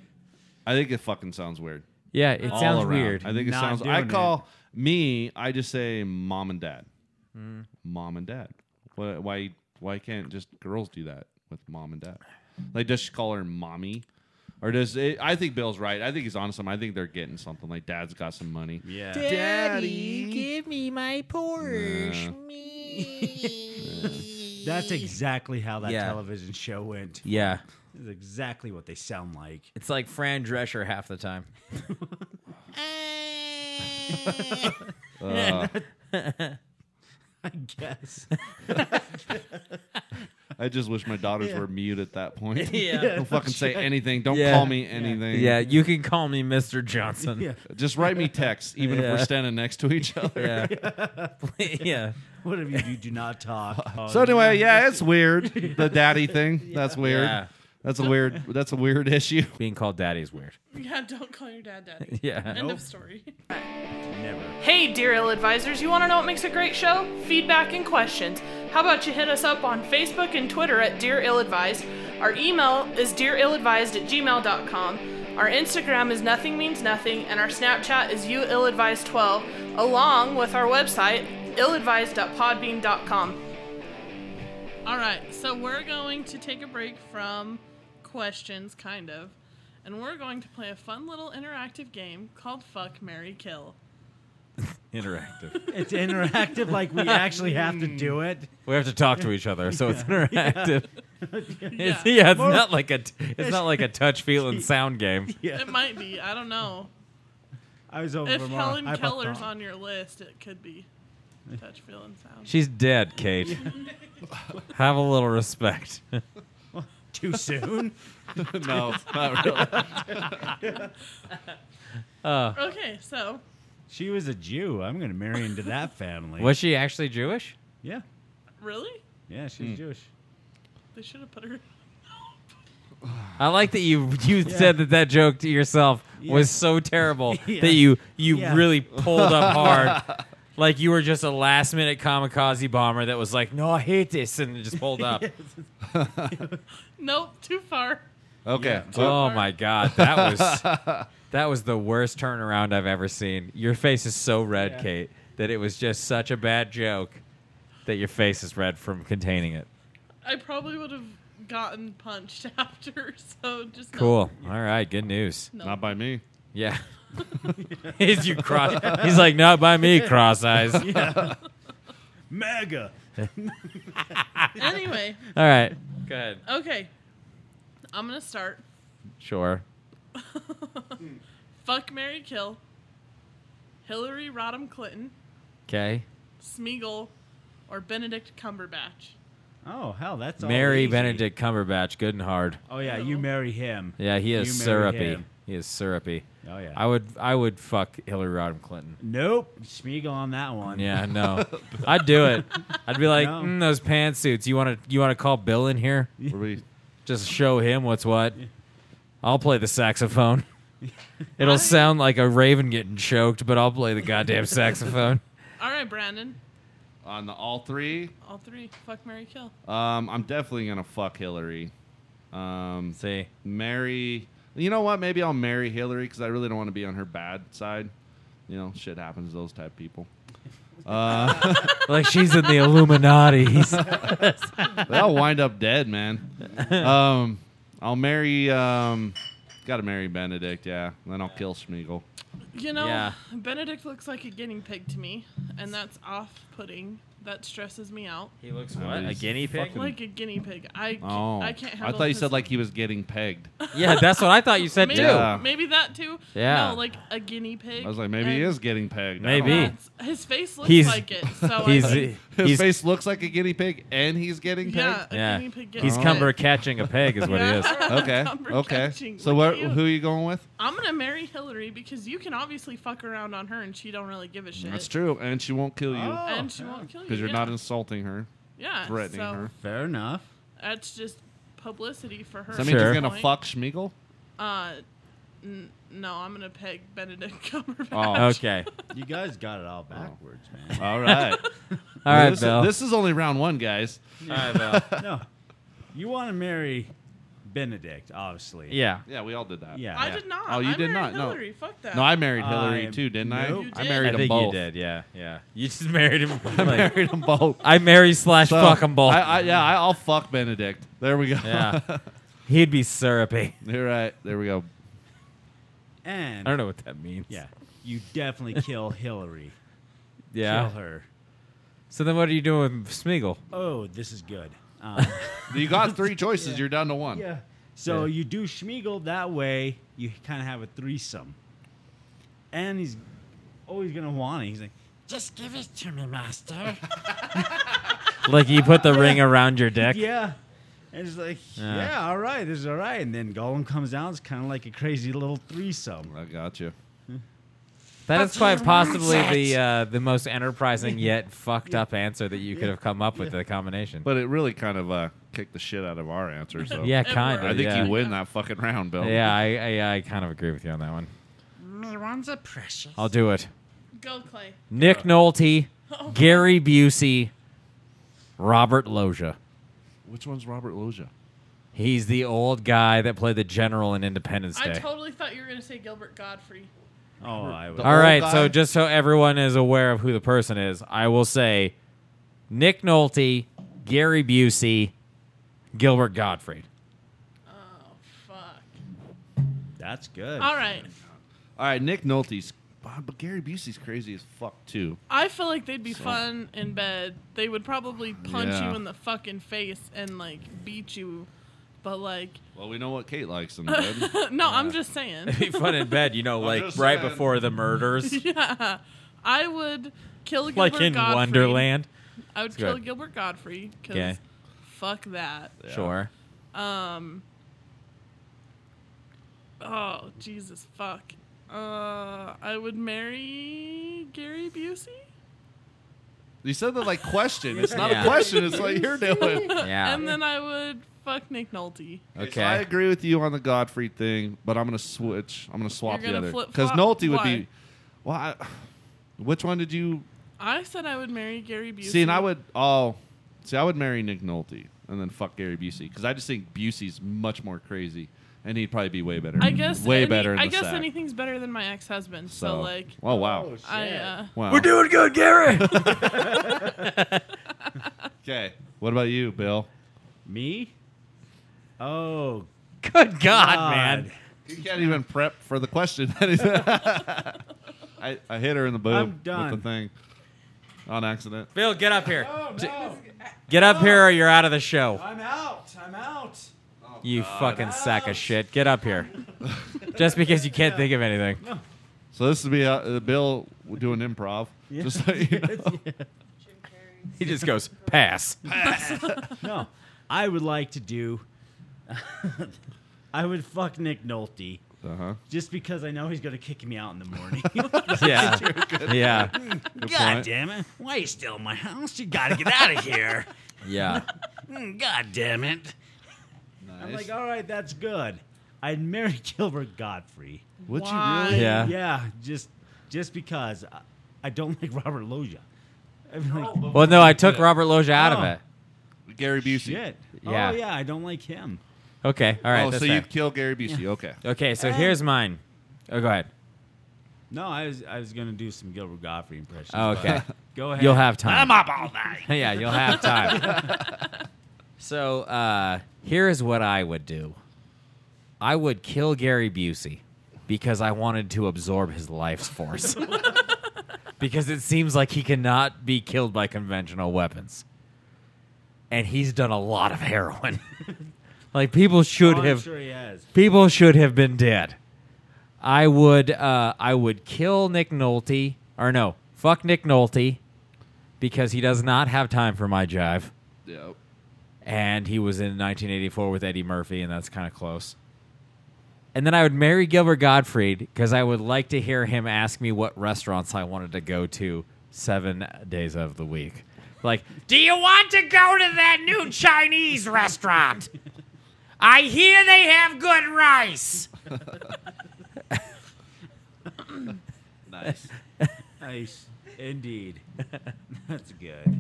I think it fucking sounds weird.
Yeah, it
All
sounds
around.
weird.
I think it
Not
sounds. I
doing
call me. I just say mom and dad. Mom and dad. Why, why? Why can't just girls do that with mom and dad? Like, does she call her mommy? Or does it, I think Bill's right? I think he's on something. I think they're getting something. Like, dad's got some money.
Yeah.
Daddy,
give me my Porsche.
That's exactly how that
Yeah.
television show went.
Yeah,
It's exactly what they sound like. [laughs]
it's like Fran Drescher half the time.
I guess. [laughs]
I just wish my daughters were mute at that point.
Yeah.
Don't fucking say anything. Don't
Yeah.
call me anything.
Yeah, you can call me Mister Johnson.
Yeah.
Just write me texts, even if
Yeah.
we're standing next to each
Yeah,
other.
[laughs] yeah.
What if you do, do
[laughs]
not talk? Oh,
So anyway, yeah, it's weird. The daddy thing. That's weird.
Yeah.
That's a weird. That's a weird issue.
Being called daddy is weird.
[laughs] Yeah, don't call your dad daddy.
[laughs]
[laughs] Yeah.
End of story.
never.
Hey, dear ill advisors, you want to know what makes a great show? Feedback and questions. How about you hit us up on Facebook and Twitter at Dear Ill Advised? Our email is dearilladvised at gmail.com. Our Instagram is nothing means nothing, and our Snapchat is you ill advised 12, along with our website, illadvised.podbean.com.
All right, so we're going to take a break from questions, kind of, and we're going to play a fun little interactive game called Fuck Mary Kill.
Interactive. [laughs]
It's interactive, like we actually have to do it.
We have to talk to each other, so it's interactive. [laughs] It's,
Yeah.
yeah, it's not like a t- it's not like a touch feel [laughs] and sound game.
Yeah.
It might be, I
[laughs]
don't know.
I was over
If
Vermont.
Helen
I bought
Keller's
the-
on your list, it could
[laughs]
be touch, feel, and sound.
She's dead, Kate. Have a little [laughs] respect.
too soon.
[laughs]
[laughs]
No, not really.
Okay, so
she was a Jew. I'm gonna marry into that family.
Was she actually Jewish?
Yeah.
really,
Yeah, she's
Hmm.
Jewish.
they should have put her. [laughs]
I like that you you said that that joke to yourself was so terrible
[laughs] Yeah.
that you you
Yeah.
really pulled up
[laughs]
hard. Like you were just a last minute kamikaze bomber that was like, "No, I hate this," and it just pulled
[laughs]
up.
Nope, too far.
[laughs] Okay.
Oh
far.
my god, that was that was the worst turnaround I've ever seen. Your face is so red, Kate, that it was just such a bad joke that your face is red from containing it.
I probably would have gotten punched [laughs] after, so just no.
Cool. All right, good news.
No.
Not by me.
Yeah. [laughs] He's you cross. He's like, not by me, cross
[laughs]
eyes. All
Mega.
Anyway,
right. Go ahead.
okay, I'm gonna start.
Sure.
Fuck Mary Kill, Hillary Rodham Clinton,
Okay.
Smeagol, or Benedict Cumberbatch.
Oh hell, that's all
Mary
easy.
Benedict Cumberbatch, good and hard.
Oh yeah, you marry him.
Yeah, he is
You marry
syrupy.
him.
He is syrupy.
Oh yeah.
I would I would fuck Hillary Rodham Clinton.
nope. Smeagol on that one.
Yeah, no. I'd do it. I'd be like,
No.
mm, those pantsuits. You want to you want to call Bill in here?
Were we-
Just show him what's what. I'll play the saxophone. It'll sound like a raven getting choked, but I'll play the goddamn saxophone.
All right, Brandon,
on the all three,
all three. Fuck Mary Kill.
um, I'm definitely gonna fuck Hillary. Um,
See,
marry You know what? Maybe I'll marry Hillary because I really don't want to be on her bad side. You know, shit happens to those type of people.
like she's in the Illuminati. He's-
They all wind up dead, [laughs] man. Um, I'll marry. Um, Got to marry Benedict, yeah. Then I'll kill Smeagol.
You know,
Yeah.
Benedict looks like a guinea pig to me, and that's off-putting. That stresses me out.
he looks
what,
A
he's
guinea pig?
Like a guinea pig. I, ca-
Oh,
I can't
I
handle
thought you
his-
said like he was getting pegged.
yeah, that's what I thought you said
maybe,
too.
Yeah.
maybe that too.
Yeah.
No, like a guinea pig.
I was like, maybe he
and
is getting pegged. I don't
Maybe.
know.
that's- His face looks
He's-
like it. So
He's
I, think-
His
he's
face looks like a guinea pig, and he's getting
[laughs] yeah, a
yeah.
guinea pig.
he's
gets
cumber
it.
catching a peg is what he
[laughs]
is.
Yeah.
pegged. Okay,
Cumber
okay.
catching.
So
Look
what?
at you.
Who are you going with?
I'm gonna marry Hillary because you can obviously fuck around on her and she don't really give a shit.
That's true, and she won't kill you
And she won't kill you
because you're
Oh, yeah.
not insulting her,
yeah,
threatening
so
her.
Fair enough.
That's just publicity for her.
Does that
at
mean
Sure.
you're
this
gonna
point.
fuck Schmiegel?
Uh, n- no, I'm gonna peg Benedict [laughs] Cumberbatch.
Oh,
Okay.
You guys got it
Oh.
all backwards, man.
all
[laughs]
right.
All right,
this,
Bill.
this is only round one, guys.
no, you want to marry Benedict, obviously.
[laughs] yeah.
Yeah, we all did that.
Yeah.
I did not.
Oh, you
I
did
married
not, no.
Hillary. Fuck that.
No, I married Hillary
I-
too, didn't [laughs]
nope.
You
I? I
did.
married
I
them
think
both.
you did. Yeah. Yeah. You just [laughs] married him. like,
Married them both.
I marry slash
So,
fuck him both.
I, I, yeah, I, I'll fuck Benedict. There we go.
[laughs] yeah. He'd be syrupy.
[laughs] You're right. There we go.
I
And
don't know what that means.
yeah, you definitely kill Hillary.
[laughs] Yeah.
Kill her.
So then what are you doing with Smeagol?
Oh, this is good. Um,
You got
[laughs]
three choices. You're down to one.
yeah. So
Yeah.
you do Schmiegel that way. You kind of have a threesome. And he's always gonna want it. He's like, just give it to
[laughs]
me, master.
Like you put the ring around your dick?
yeah. And it's like,
Yeah.
yeah. all right, this is all right. And then Gollum comes out. It's kind of like a crazy little threesome.
I got you.
That is quite possibly the uh, the most enterprising yet fucked up answer that you could have come up with the combination.
But it really kind of uh, kicked the shit out of our answer. So
yeah,
It
kind of.
worked.
I think
yeah.
you win that fucking round, Bill.
Yeah, I, I I kind of agree with you on that one. I'll do it.
Go Clay.
Nick Nolte,
Oh.
Gary Busey, Robert Loja.
Which one's Robert Loja?
He's the old guy that played the general in Independence
I
Day.
totally thought you were gonna say Gilbert Godfrey.
Oh, I
[laughs]
would.
All right,
old
so
guy?
just so everyone is aware of who the person is, I will say Nick Nolte, Gary Busey, Gilbert Gottfried. [laughs]
Fuck.
That's good.
All right.
All right, Nick Nolte's. Bob, but Gary Busey's crazy as fuck too.
I feel like they'd be fun in bed. They would probably punch
Yeah.
you in the fucking face and like beat you. But like,
Well, we know what Kate likes
[laughs]
in bed.
no, I'm just
[laughs]
saying.
It'd be fun in bed, you know, like
just
right
saying.
before the
[laughs]
murders,
yeah, I would kill Gilbert
like in
Godfrey.
Wonderland.
I
go
would kill
ahead.
Gilbert Godfrey because
Okay.
fuck that.
Sure.
Oh Jesus fuck. Uh, I would marry Gary Busey.
you said that like question. It's not
Yeah.
a question. It's like you're
[laughs]
doing.
Yeah.
[laughs] And then I would fuck Nick Nolte.
Okay. So I agree with you on the Godfrey thing, but I'm gonna switch. I'm gonna swap
You're gonna
the other
flip-flop?
because Nolte would
Why?
be. Well, I, which one did you
I said I would marry Gary Busey.
see? And I would oh, see, I would marry Nick Nolte and then fuck Gary Busey because I just think Busey's much more crazy, and he'd probably be way better.
I guess
way
any-
better. In
I
the
guess
sack.
anything's better than my ex-husband. So, like,
oh wow,
I uh,
wow.
doing good, Gary. [laughs]
[laughs] okay. What about you, Bill?
Me? Oh,
[laughs] good God, man.
God.
You can't even prep for the question. [laughs] I, I hit her in the
I'm
boob
done.
with the thing on accident.
Bill, get up here. Get up here or you're out of the show.
I'm out. I'm out.
You fucking sack of shit. Get up here. Just because you can't think of anything.
So this would be uh, uh, Bill doing improv.
[laughs]
Just so you know.
He just goes, pass.
No, I would like to do. [laughs] I would fuck Nick Nolte
Uh-huh.
just because I know he's gonna kick me out in
[laughs]
the morning.
Yeah. Yeah.
God
point.
damn it! Why are you still in my house? You gotta get out of here!
Yeah.
Mm, God damn it! I'm like, all right, that's good. I'd marry [laughs] Gilbert Godfrey.
Would you
Why?
really?
Yeah.
Yeah, just just because I, I don't like Robert Loja. I'm like,
Well, no, I took Robert Loja out of
Oh.
it.
Gary Busey.
shit.
Yeah.
Oh yeah, I don't like him.
Okay, all right.
oh,
that's
so
fair.
you'd kill Gary Busey. Okay.
Okay, so here's mine. Oh, go ahead.
No, I was I was gonna do some Gilbert Godfrey impressions.
Oh,
but
okay.
go ahead.
You'll have time.
up all night.
[laughs] yeah, you'll have time. [laughs] so uh, here is what I would do. I would kill Gary Busey because I wanted to absorb his life's force. [laughs] because it seems like he cannot be killed by conventional weapons. And he's done a lot of heroin. [laughs] like people should
Oh, I'm
have
sure he has.
people should have been dead. I would uh, I would kill Nick Nolte or no, fuck Nick Nolte because he does not have time for my jive.
Yep.
And he was in 1984 with Eddie Murphy, and that's kind of close. And then I would marry Gilbert Gottfried because I would like to hear him ask me what restaurants I wanted to go to seven days of the week. Like, do you want to go to that new Chinese restaurant? I hear they have good rice.
Nice. nice. Indeed.
[laughs]
That's good.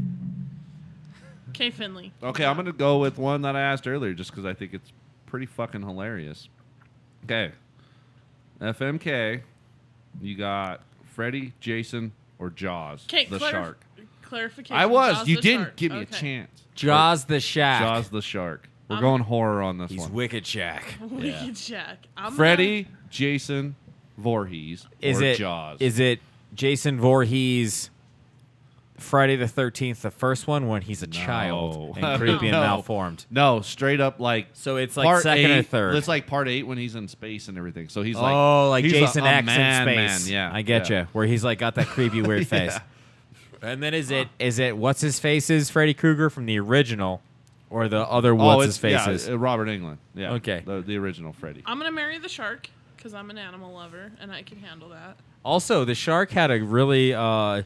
Okay, Finley.
Okay, I'm gonna go with one that I asked earlier, just because I think it's pretty fucking hilarious. Okay, FMK, you got Freddy, Jason, or Jaws
Okay,
the shark.
Clarification.
I was.
Jaws
you
the
didn't
shark.
give me
Okay.
a
[laughs]
chance.
Jaws the Shack.
Jaws the shark. We're
I'm-
going horror on this
He's
one.
Wicked Shack.
Wicked Jack. I'm
Freddy, Jason, Voorhees,
Is
or
it
Jaws.
Is it Jason Voorhees? Friday the Thirteenth, the first one when he's a child
[laughs]
and creepy and
No.
malformed.
No, straight up like.
So it's like
part
second or
eight-
third.
It's like part eight when he's in space and everything. So he's like,
oh, like
he's a-
Jason
a
X
man,
in space.
man, Yeah,
I get
yeah.
you. Where he's like got that
[laughs]
creepy weird face. And then is it is it what's his faces Freddy Krueger from the original, or the other
Oh,
what's his
it's- yeah,
faces?
uh, Robert England. Yeah.
Okay.
The, the
[laughs]
original Freddy.
I'm gonna marry the shark because I'm an animal lover and I can handle that.
Also, the shark had a really uh,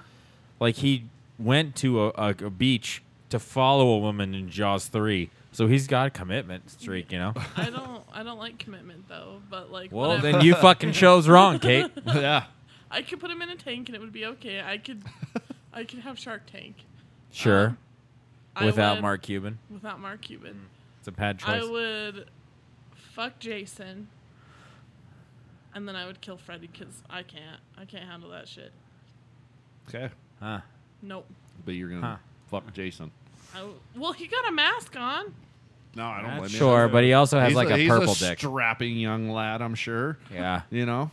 like he went to a, a, a beach to follow a woman in Jaws three, so he's got a commitment streak,
[laughs]
you know.
I don't. I don't like commitment though. But like,
Well,
whatever.
then you fucking chose wrong, Kate.
yeah.
I could put him in a tank and it would be okay. I could. I could have Shark Tank
Sure,
Um, I
without
would-
Mark Cuban,
Without Mark Cuban,
it's a bad
I
choice.
would fuck Jason, and then I would kill Freddy because I can't. I can't handle that shit.
Okay.
Huh.
Nope.
But you're gonna fuck Jason.
I w- well, he got a mask on.
No, I
That's blame you.
Sure, but he also has
he's
like
a,
a,
he's
purple
a
dick.
strapping young lad. I'm sure.
yeah.
You know.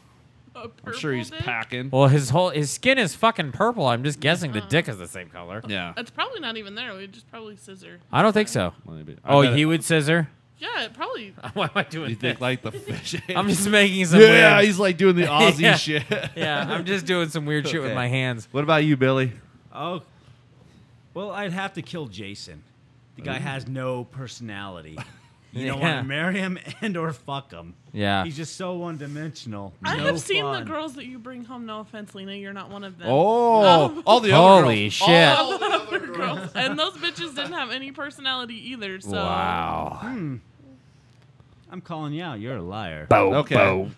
A
I'm sure
purple
he's
dick.
packing.
Well, his whole his skin is fucking purple. I'm just guessing the
Uh-huh.
dick is the same color.
yeah.
It's probably not even there. We'd just probably scissor.
I don't think so.
Maybe. I
Oh,
bet
he
it-
would scissor.
Yeah, it probably.
Why am I doing
You
this?
think like the fish?
[laughs]
[laughs]
I'm just making some.
yeah,
weird-
he's like
[laughs]
doing the Aussie
Yeah.
shit. [laughs]
[laughs] yeah. I'm just doing some weird shit with
Okay.
my hands.
What about you, Billy?
Oh. Well, I'd have to kill Jason. The guy has no personality. You don't want
Yeah. Ah.
to marry him and or fuck him.
Yeah.
He's just so one dimensional.
I
no
have seen the
fun.
girls that you bring home. No offense, Lena, you're not one of them.
Oh,
[laughs]
[laughs] all the other
Holy
girls.
shit.
All the
Other girls. and those bitches didn't have any personality either. So
Wow.
I'm calling you out. You're a liar.
Okay.
[laughs] you're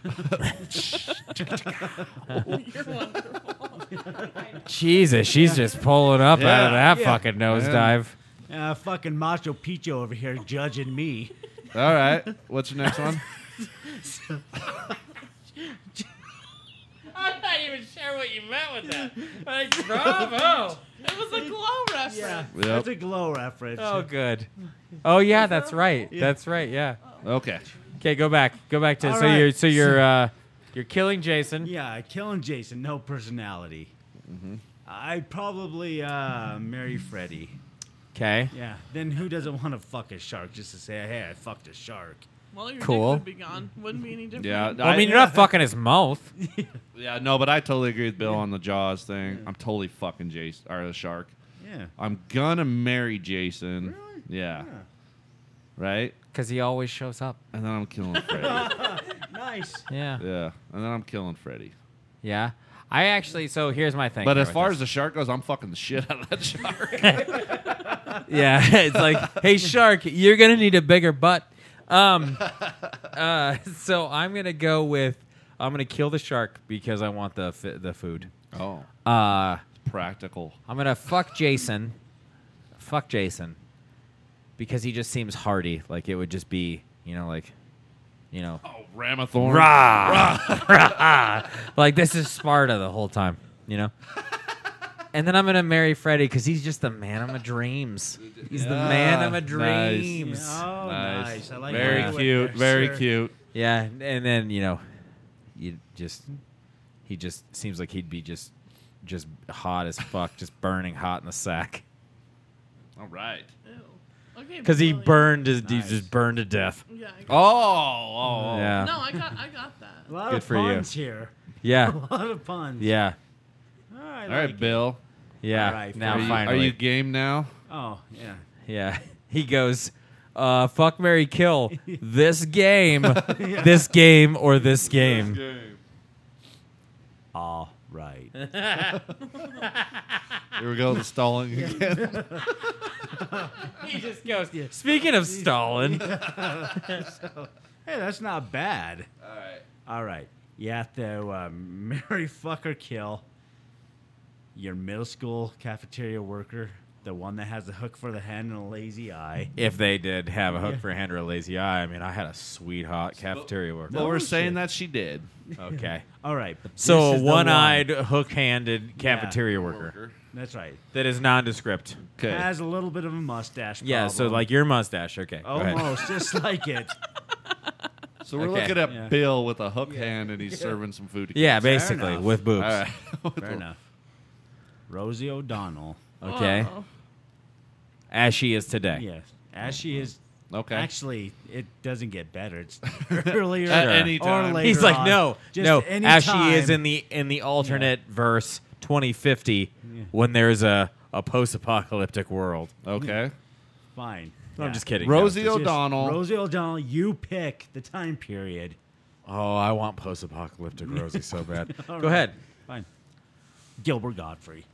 wonderful. [laughs]
Jesus, she's just pulling up out of
Yeah,
that
yeah.
fucking nosedive.
Uh, fucking Macho Picho over here judging
[laughs]
me.
All right. What's your next one?
I'm not even sure what you meant with that. Like, bravo.
It was a glow reference.
That's a glow reference.
[laughs] Oh, good. Oh yeah, that's right. That's right. Yeah.
Okay.
Okay, go back. Go back to
All
so
right.
you're so you're uh you're killing Jason.
Yeah, killing Jason, no personality.
Mm-hmm.
I'd probably uh, marry Freddy.
Okay.
Yeah. Then who doesn't want to fuck a shark just to say, hey, I fucked a shark?
Well, your
Cool.
dick would be gone. Wouldn't be any different.
Yeah.
Well, I mean, you're not fucking his mouth.
Yeah, no, but I totally agree with Bill on the Jaws thing. I'm totally fucking Jason or the shark.
Yeah.
I'm gonna marry Jason.
Really?
Yeah. Right?
Because he always shows up.
And then I'm killing Freddy.
Nice.
Yeah.
yeah. And then I'm killing Freddy.
Yeah. I actually, so here's my thing.
But
here
as
with
far as
this.
the shark goes, I'm fucking the shit out of that shark.
yeah, [laughs] it's like, hey, shark, you're gonna need a bigger butt. Um, uh, so I'm gonna go with, I'm gonna kill the shark because I want the fi- the food.
oh.
Uh,
Practical.
I'm gonna fuck Jason, fuck Jason, because he just seems hardy. Like it would just be You know, like, you know,
Oh, Ramathorn.
rah, [laughs] rah. like this is Sparta the whole time, you know. And then I'm gonna marry Freddy because he's just the man of my dreams. He's the man of my
nice.
dreams.
Oh, nice. I like
Very
that.
cute. Very
Sure.
cute.
Yeah, and- and then you know, you just he just seems like he'd be just just hot as fuck, just burning hot in the sack
All right.
Ew. Okay.
because he
Billy.
burned his he just burned to death.
Yeah. I got,
Oh, oh, oh.
Yeah,
No, I got I got that.
A lot
Good
of
for you.
puns here. [laughs]
yeah,
A lot of puns.
yeah,
All right.
All right, Bill.
yeah.
All right,
now
Are you,
finally,
are you game now?
Oh, yeah.
Yeah. [laughs] He goes, uh, fuck Mary [laughs] Kill. This game. [laughs] This game or this game.
All right.
Here we go. The stalling again.
He just goes, Speaking of Stalin. [laughs]
Hey, that's not bad. All right. All right. You have to um, [laughs] marry, fuck, or kill your middle school cafeteria worker, the one that has a hook for the hand and a lazy eye.
If they did have a hook for a hand or a lazy eye, I mean I had a sweet hot cafeteria worker.
Well, we're saying that she did.
Okay.
All right. But
So
this
a
is the
one eyed, hook handed cafeteria worker
one. That's right.
that is nondescript.
Okay.
Has a little bit of a mustache.
Yeah, so
problem.
like your mustache. Okay. go ahead.
almost just like it.
So we're
Okay.
looking at
Yeah.
Bill with a hook hand, and he's serving some food. to
Yeah,
kids.
basically,
enough.
with boobs.
All right. [laughs]
Fair enough. Rosie O'Donnell.
Okay.
Uh-huh.
Oh.
As she is today.
Yes. As she is.
Okay.
Actually, it doesn't get better.
[laughs]
It's earlier
At
or
any time.
later.
He's like,
on.
no,
Just
no.
any
As she is
time.
in the in the alternate verse 2050, when there's a a post-apocalyptic world.
Okay.
Fine.
No, I'm just kidding.
Rosie
No,
Just
O'Donnell.
Rosie O'Donnell, you pick the time period.
it's just- oh, I want post-apocalyptic Rosie so bad. Go
[laughs] All right.
ahead.
Fine. Gilbert Godfrey.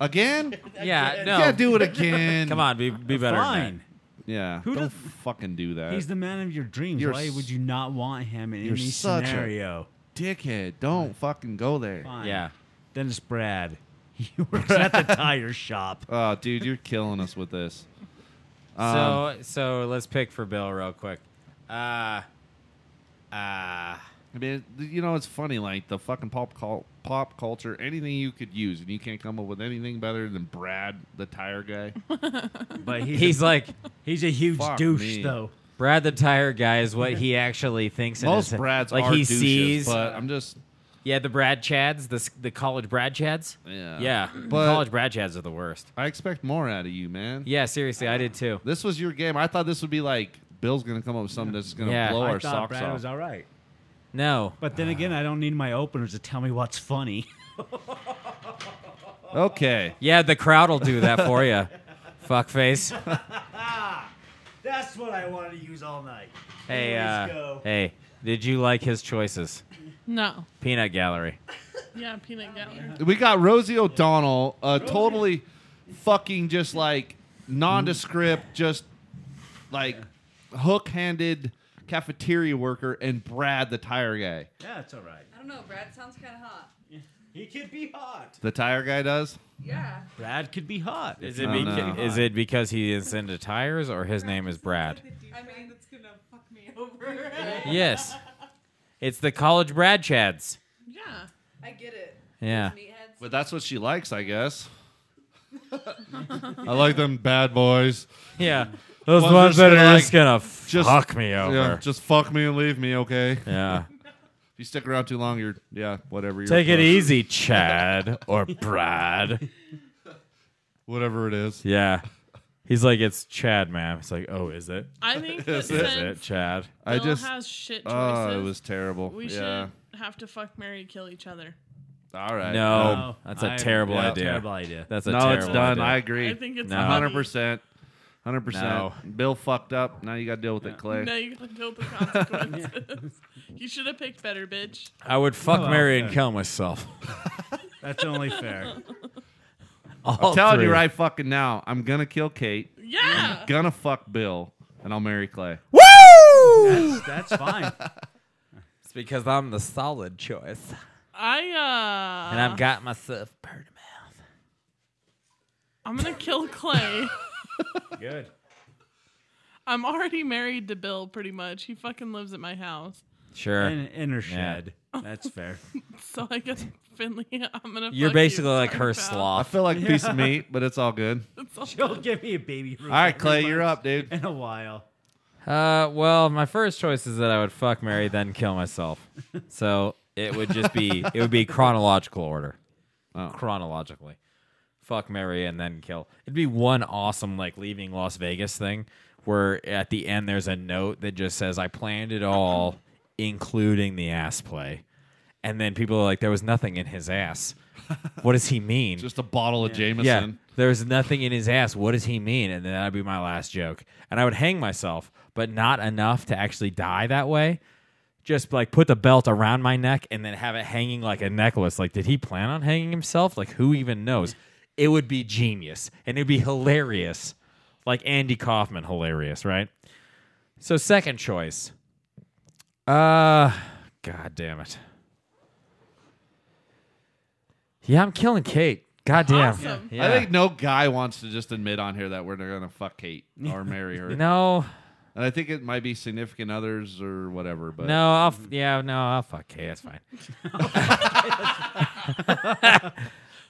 Again?
Yeah, no.
Can't do it again.
Come on, be be better. than
Fine.
Yeah.
Who
don't
does-
fucking do that.
He's the man of your dreams.
You're
Why
s-
would you not want him in
you're
any
such a-
scenario?
dickhead. Don't fucking go there.
that.
Fine.
Yeah.
Then it's Brad. [laughs] He works at the
[laughs]
tire shop.
Oh, dude, you're killing us with this. Um,
So so let's pick for Bill real quick. Uh uh
I mean, th- you know, it's funny. Like the fucking pop cul- pop culture, anything you could use, and you can't come up with anything better than Brad, the tire guy.
[laughs]
But he's
he's like
he's a huge
Fuck
douche
me.
though.
Brad the tire guy is what he actually thinks. in
Most
his-
Brads
like
are
he
douches,
sees
but I'm just
Yeah, the Brad Chads, the s- the college Brad Chads.
Yeah.
yeah. the
Uh, But-
college Brad Chads are the worst.
I expect more out of you, man.
Yeah, seriously, I did too.
This was your game. I thought this would be like Bill's gonna come up with something that's gonna
Yeah.
blow
I
our
thought
socks
Brad
off.
was all right.
No,
But then again, I don't need my openers to tell me what's funny. [laughs]
Okay.
yeah, the crowd will do that for
[laughs]
you, fuckface.
That's what I wanted to use all night.
Hey,
Let's
uh,
go.
hey, did you like his choices?
No.
Peanut Gallery.
Yeah, peanut gallery.
We got Rosie O'Donnell, uh, totally fucking just like nondescript, just like hook handed cafeteria worker, and Brad, the tire guy.
Yeah, it's all right.
I don't know, Brad sounds kind of hot.
He could be hot.
The tire guy does?
Yeah.
Brad could be hot.
Is it,
I don't
beca-
know.
is it because he is into tires or his name is Brad?
I mean, that's going to fuck me over.
Yes, it's the college Brad Chads.
Yeah.
I get it.
Yeah,
Meatheads.
But that's what she likes, I guess. I like them bad boys.
yeah, those
One's
ones
just
that
gonna,
are
like,
just gonna
just-
fuck me
Yeah,
over.
just fuck me and leave me, okay? If
yeah.
you stick around too long, you're, yeah, whatever. You're
Take it
close.
easy, Chad or Brad.
Whatever it is.
Yeah. He's like, it's Chad, ma'am. It's like, oh, is it?
I
[laughs]
think that
Is
Is
since
it Chad?
I
Bill
just.
has shit choices.
Oh, it was terrible.
we
yeah.
should have to fuck Mary kill each other.
All right.
No,
No,
that's a
I-
terrible
yeah,
idea.
Terrible idea.
That's a
no,
terrible
it's done. I
idea.
agree.
I think it's
No.
funny.
hundred percent, hundred percent.
No.
Bill fucked up. Now you got to deal with it, Clay.
No, you gotta
[laughs]
deal with the consequences. you should have picked better, bitch.
I, would fuck,
Oh,
No,
marry,
okay.
and kill myself.
That's only
[laughs]
fair.
[laughs] All
I'm telling you
three.
right fucking now, I'm gonna kill Kate.
Yeah.
Gonna fuck Bill, and I'll marry Clay.
Woo!
That's fine.
It's because I'm the solid choice,
I uh
and
Uh-huh.
I've got myself bird mouth.
I'm gonna kill Clay.
Good.
I'm already married to Bill, pretty much. He fucking lives at my house.
Sure.
In, in her
Yeah.
[laughs]
shed. That's fair.
So I guess, Finley, [laughs] I'm going to.
You're basically like
[laughs]
her
I
sloth.
feel like a piece of meat, but it's all good.
She'll give me a baby.
All right, Clay, you're up, dude.
In a while.
Uh, well, my first choice is that I would fuck Mary, then kill myself. so it would just be it would be chronological order, chronologically. Fuck Mary and then kill. It'd be one awesome like leaving Las Vegas thing where at the end there's a note that just says I planned it all, including the ass play, and then people are like there was nothing in his ass. What does he mean?
Just a bottle of Jameson.
Yeah, there's nothing in his ass. What does he mean? And then that'd be my last joke. And I would hang myself, but not enough to actually die that way. Just like put the belt around my neck and then have it hanging like a necklace. Like, did he plan on hanging himself? Like, who even knows? It would be genius and it'd be hilarious. Like Andy Kaufman, hilarious, right? So, second choice. Uh, God damn it. Yeah, I'm killing Kate. God damn.
Awesome.
Yeah.
I think no guy wants to just admit on here that we're gonna fuck Kate or marry her.
No,
And I think it might be significant others or whatever, but mm.
no, I'll f- yeah, no, I'll fuck Kay. That's fine.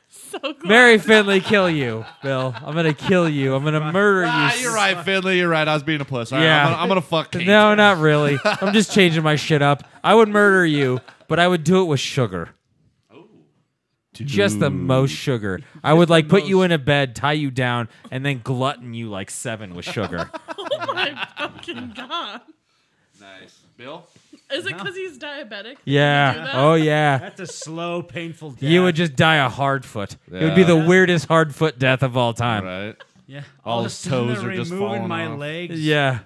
So glad.
Mary Finley, kill you, Bill. I'm gonna kill you. I'm gonna murder you.
Ah, you're right, Finley. You're right. I was being a puss. All right,
Yeah.
I'm, gonna, I'm gonna fuck Kate.
No, not really. I'm just changing my shit up. I would murder you, but I would do it with sugar.
Oh.
Just the most sugar. I would like put you in a bed, tie you down, and then glutton you like seven with
[laughs]
sugar.
oh my fucking god.
Nice, Bill.
Is it because he's diabetic?
Yeah. Oh yeah.
That's a slow, painful death.
You would just die a hard foot. It would be
Yeah.
the weirdest hard foot death of all time.
Right.
Yeah.
All
of a
his
sudden
toes
they're
are just
removing
falling
my
off.
legs.
Yeah.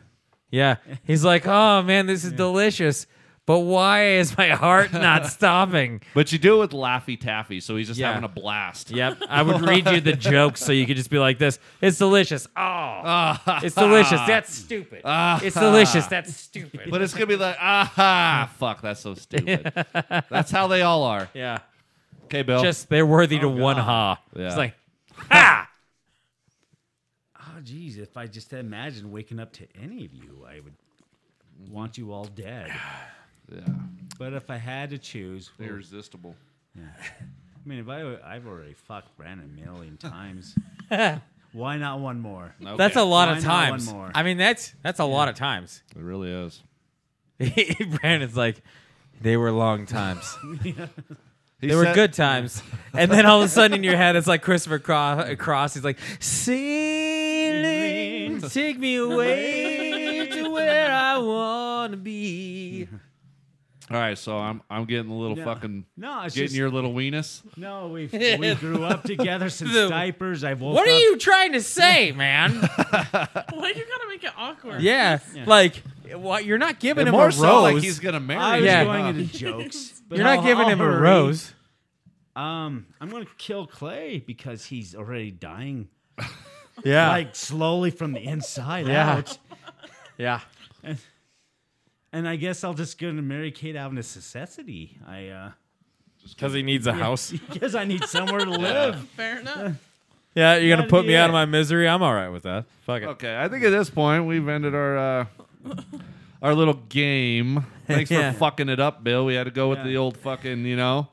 Yeah. He's like, oh man, this is delicious. But why is my heart not stopping?
But you do it with Laffy Taffy, so he's just
Yeah.
having a blast.
Yep. I would read you the jokes so you could just be like this. It's delicious. Oh. It's delicious. That's stupid. It's delicious. That's stupid.
But it's gonna be like, aha, fuck, that's
[laughs]
so stupid. that's how they all are.
Yeah.
Okay, Bill.
Just they're worthy to one ha.
Yeah.
It's like, ha!
Oh, geez. If I just imagine waking up to any of you, I would want you all dead.
yeah,
But if I had to choose, well,
[laughs] irresistible.
I mean, if I, I've already fucked Brandon a
[laughs]
million times. Why not one more?
That's a lot of
Why not one
times.
more?
I mean, that's that's a lot of times.
It really is.
[laughs] Brandon's like, they were long times. [laughs]
He
They were
said-
good [laughs] times. And then all of a sudden in your head, it's like Christopher Cro- Cross. He's like, [laughs] Sailing, take me away to where I want to [laughs] be.
All right, so I'm I'm getting a little
No.
fucking
No, it's
getting
just-
your little weenus.
[laughs]
No, we we grew up together since
The-
diapers. I've woke
What are
up-
you trying to say, [laughs] man?
Why you gotta make it awkward?
yeah, like, what, you're not giving
And
him
more
a
so, like
rose.
he's gonna
I
marry.
was
Yeah.
going into [laughs]
[laughs]
jokes. but
you're not
I'll-
giving
I'll
him a
hurry.
rose.
Um, I'm gonna kill Clay because he's already dying,
Yeah.
like slowly from the inside
Yeah.
out.
yeah.
And I guess I'll just go to marry Kate out of necessity. I uh, [laughs]
Because he needs a house.
because I need somewhere to live.
Fair enough.
[laughs] Yeah, you're going to
That'd
put
be
me out of
it.
my misery. I'm all right with that. Fuck it.
Okay, I think at this point we've ended our uh, our little game. Thanks
Yeah.
for fucking it up, Bill. We had to go with
Yeah.
the old fucking, you know,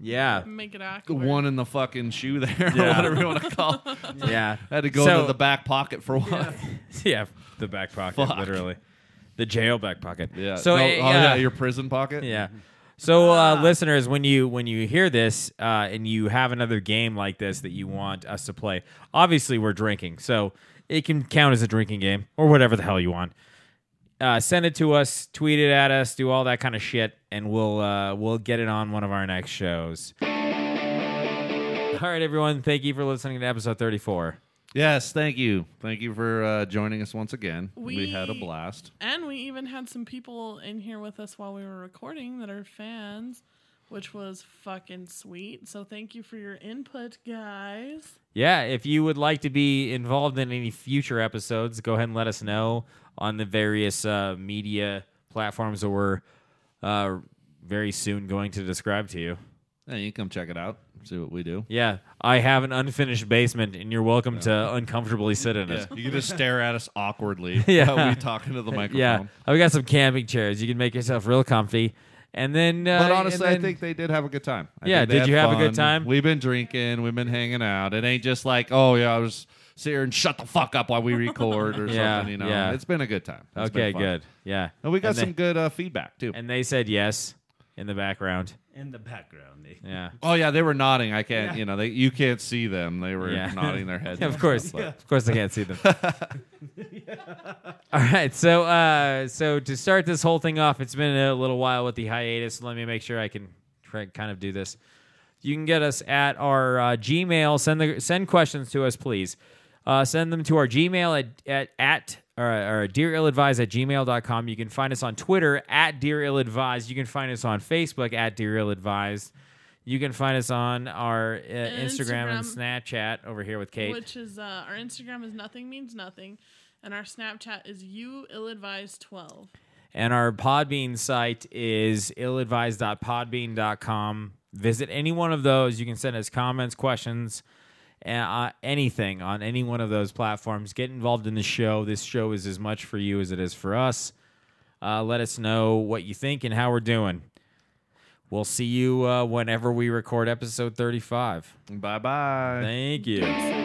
Yeah.
Make it
the
awkward.
one in the fucking shoe there, [laughs] or
Yeah.
whatever you want to call. it.
Yeah.
Had to go
So-
into the back pocket for one.
[laughs] Yeah, the back pocket,
Fuck.
literally. The jail back pocket.
[laughs] Yeah.
So
No,
uh,
oh,
yeah,
your prison pocket.
yeah. So uh, listeners, when you when you hear this uh, and you have another game like this that you want us to play, obviously we're drinking, so it can count as a drinking game or whatever the hell you want. Uh, send it to us, tweet it at us, do all that kind of shit, and we'll uh, we'll get it on one of our next shows. All right, everyone, thank you for listening to episode thirty-four.
Yes, thank you, thank you for uh, joining us once again. We, had a
We-
blast.
And we even had some people in here with us while we were recording that are fans, which was fucking sweet. So thank you for your input, guys.
Yeah, if you would like to be involved in any future episodes, go ahead and let us know on the various uh, media platforms that we're uh, very soon going to describe to you.
Yeah, you can come check it out. See what we do.
Yeah, I have an unfinished basement, and you're welcome to uncomfortably sit in
Yeah,
it.
you can just stare at us awkwardly
[laughs] Yeah.
while we talk into the microphone.
Yeah, Uh, we got some camping chairs. You can make yourself real comfy, and then. Uh,
But
and
honestly, I
then-
think they did have a good time. I
Yeah,
think they
did you
had
have a good
fun.
time?
We've been drinking, we've been hanging out. It ain't just like, oh yeah, I was sit here and shut the fuck up while we record
[laughs]
or
Yeah,
something. You know,
yeah.
it's been a good time. It's
Okay,
been fun.
good. Yeah,
And we got
And they-
some good uh, feedback too.
and they said yes in the background.
in the background. [laughs] They,
Yeah.
oh yeah, they were nodding. I can't,
Yeah.
you know, they you can't see them. They were
Yeah.
nodding their
[laughs]
heads.
Yeah,
and
of course,
stuff, but-
of course, I can't see them. [laughs] All right, so uh, so to start this whole thing off, it's been a little while with the hiatus. Let me make sure I can try, kind of do this. You can get us at our uh, Gmail. Send the send questions to us, please. Uh, send them to our Gmail at at, at or, or dearilladvised at gmail.com. You can find us on Twitter at dearilladvised. You can find us on Facebook at dearilladvised. You can find us on our uh, Instagram and Snapchat over here with Kate.
Which is uh, our Instagram is nothing means nothing, and our Snapchat is you ill advised twelve.
And our Podbean site is illadvised.podbean.com. Visit any one of those. You can send us comments, questions, uh, anything on any one of those platforms. Get involved in the show. This show is as much for you as it is for us. Uh, let us know what you think and how we're doing. We'll see you uh, whenever we record episode 35.
Bye bye.
Thank you.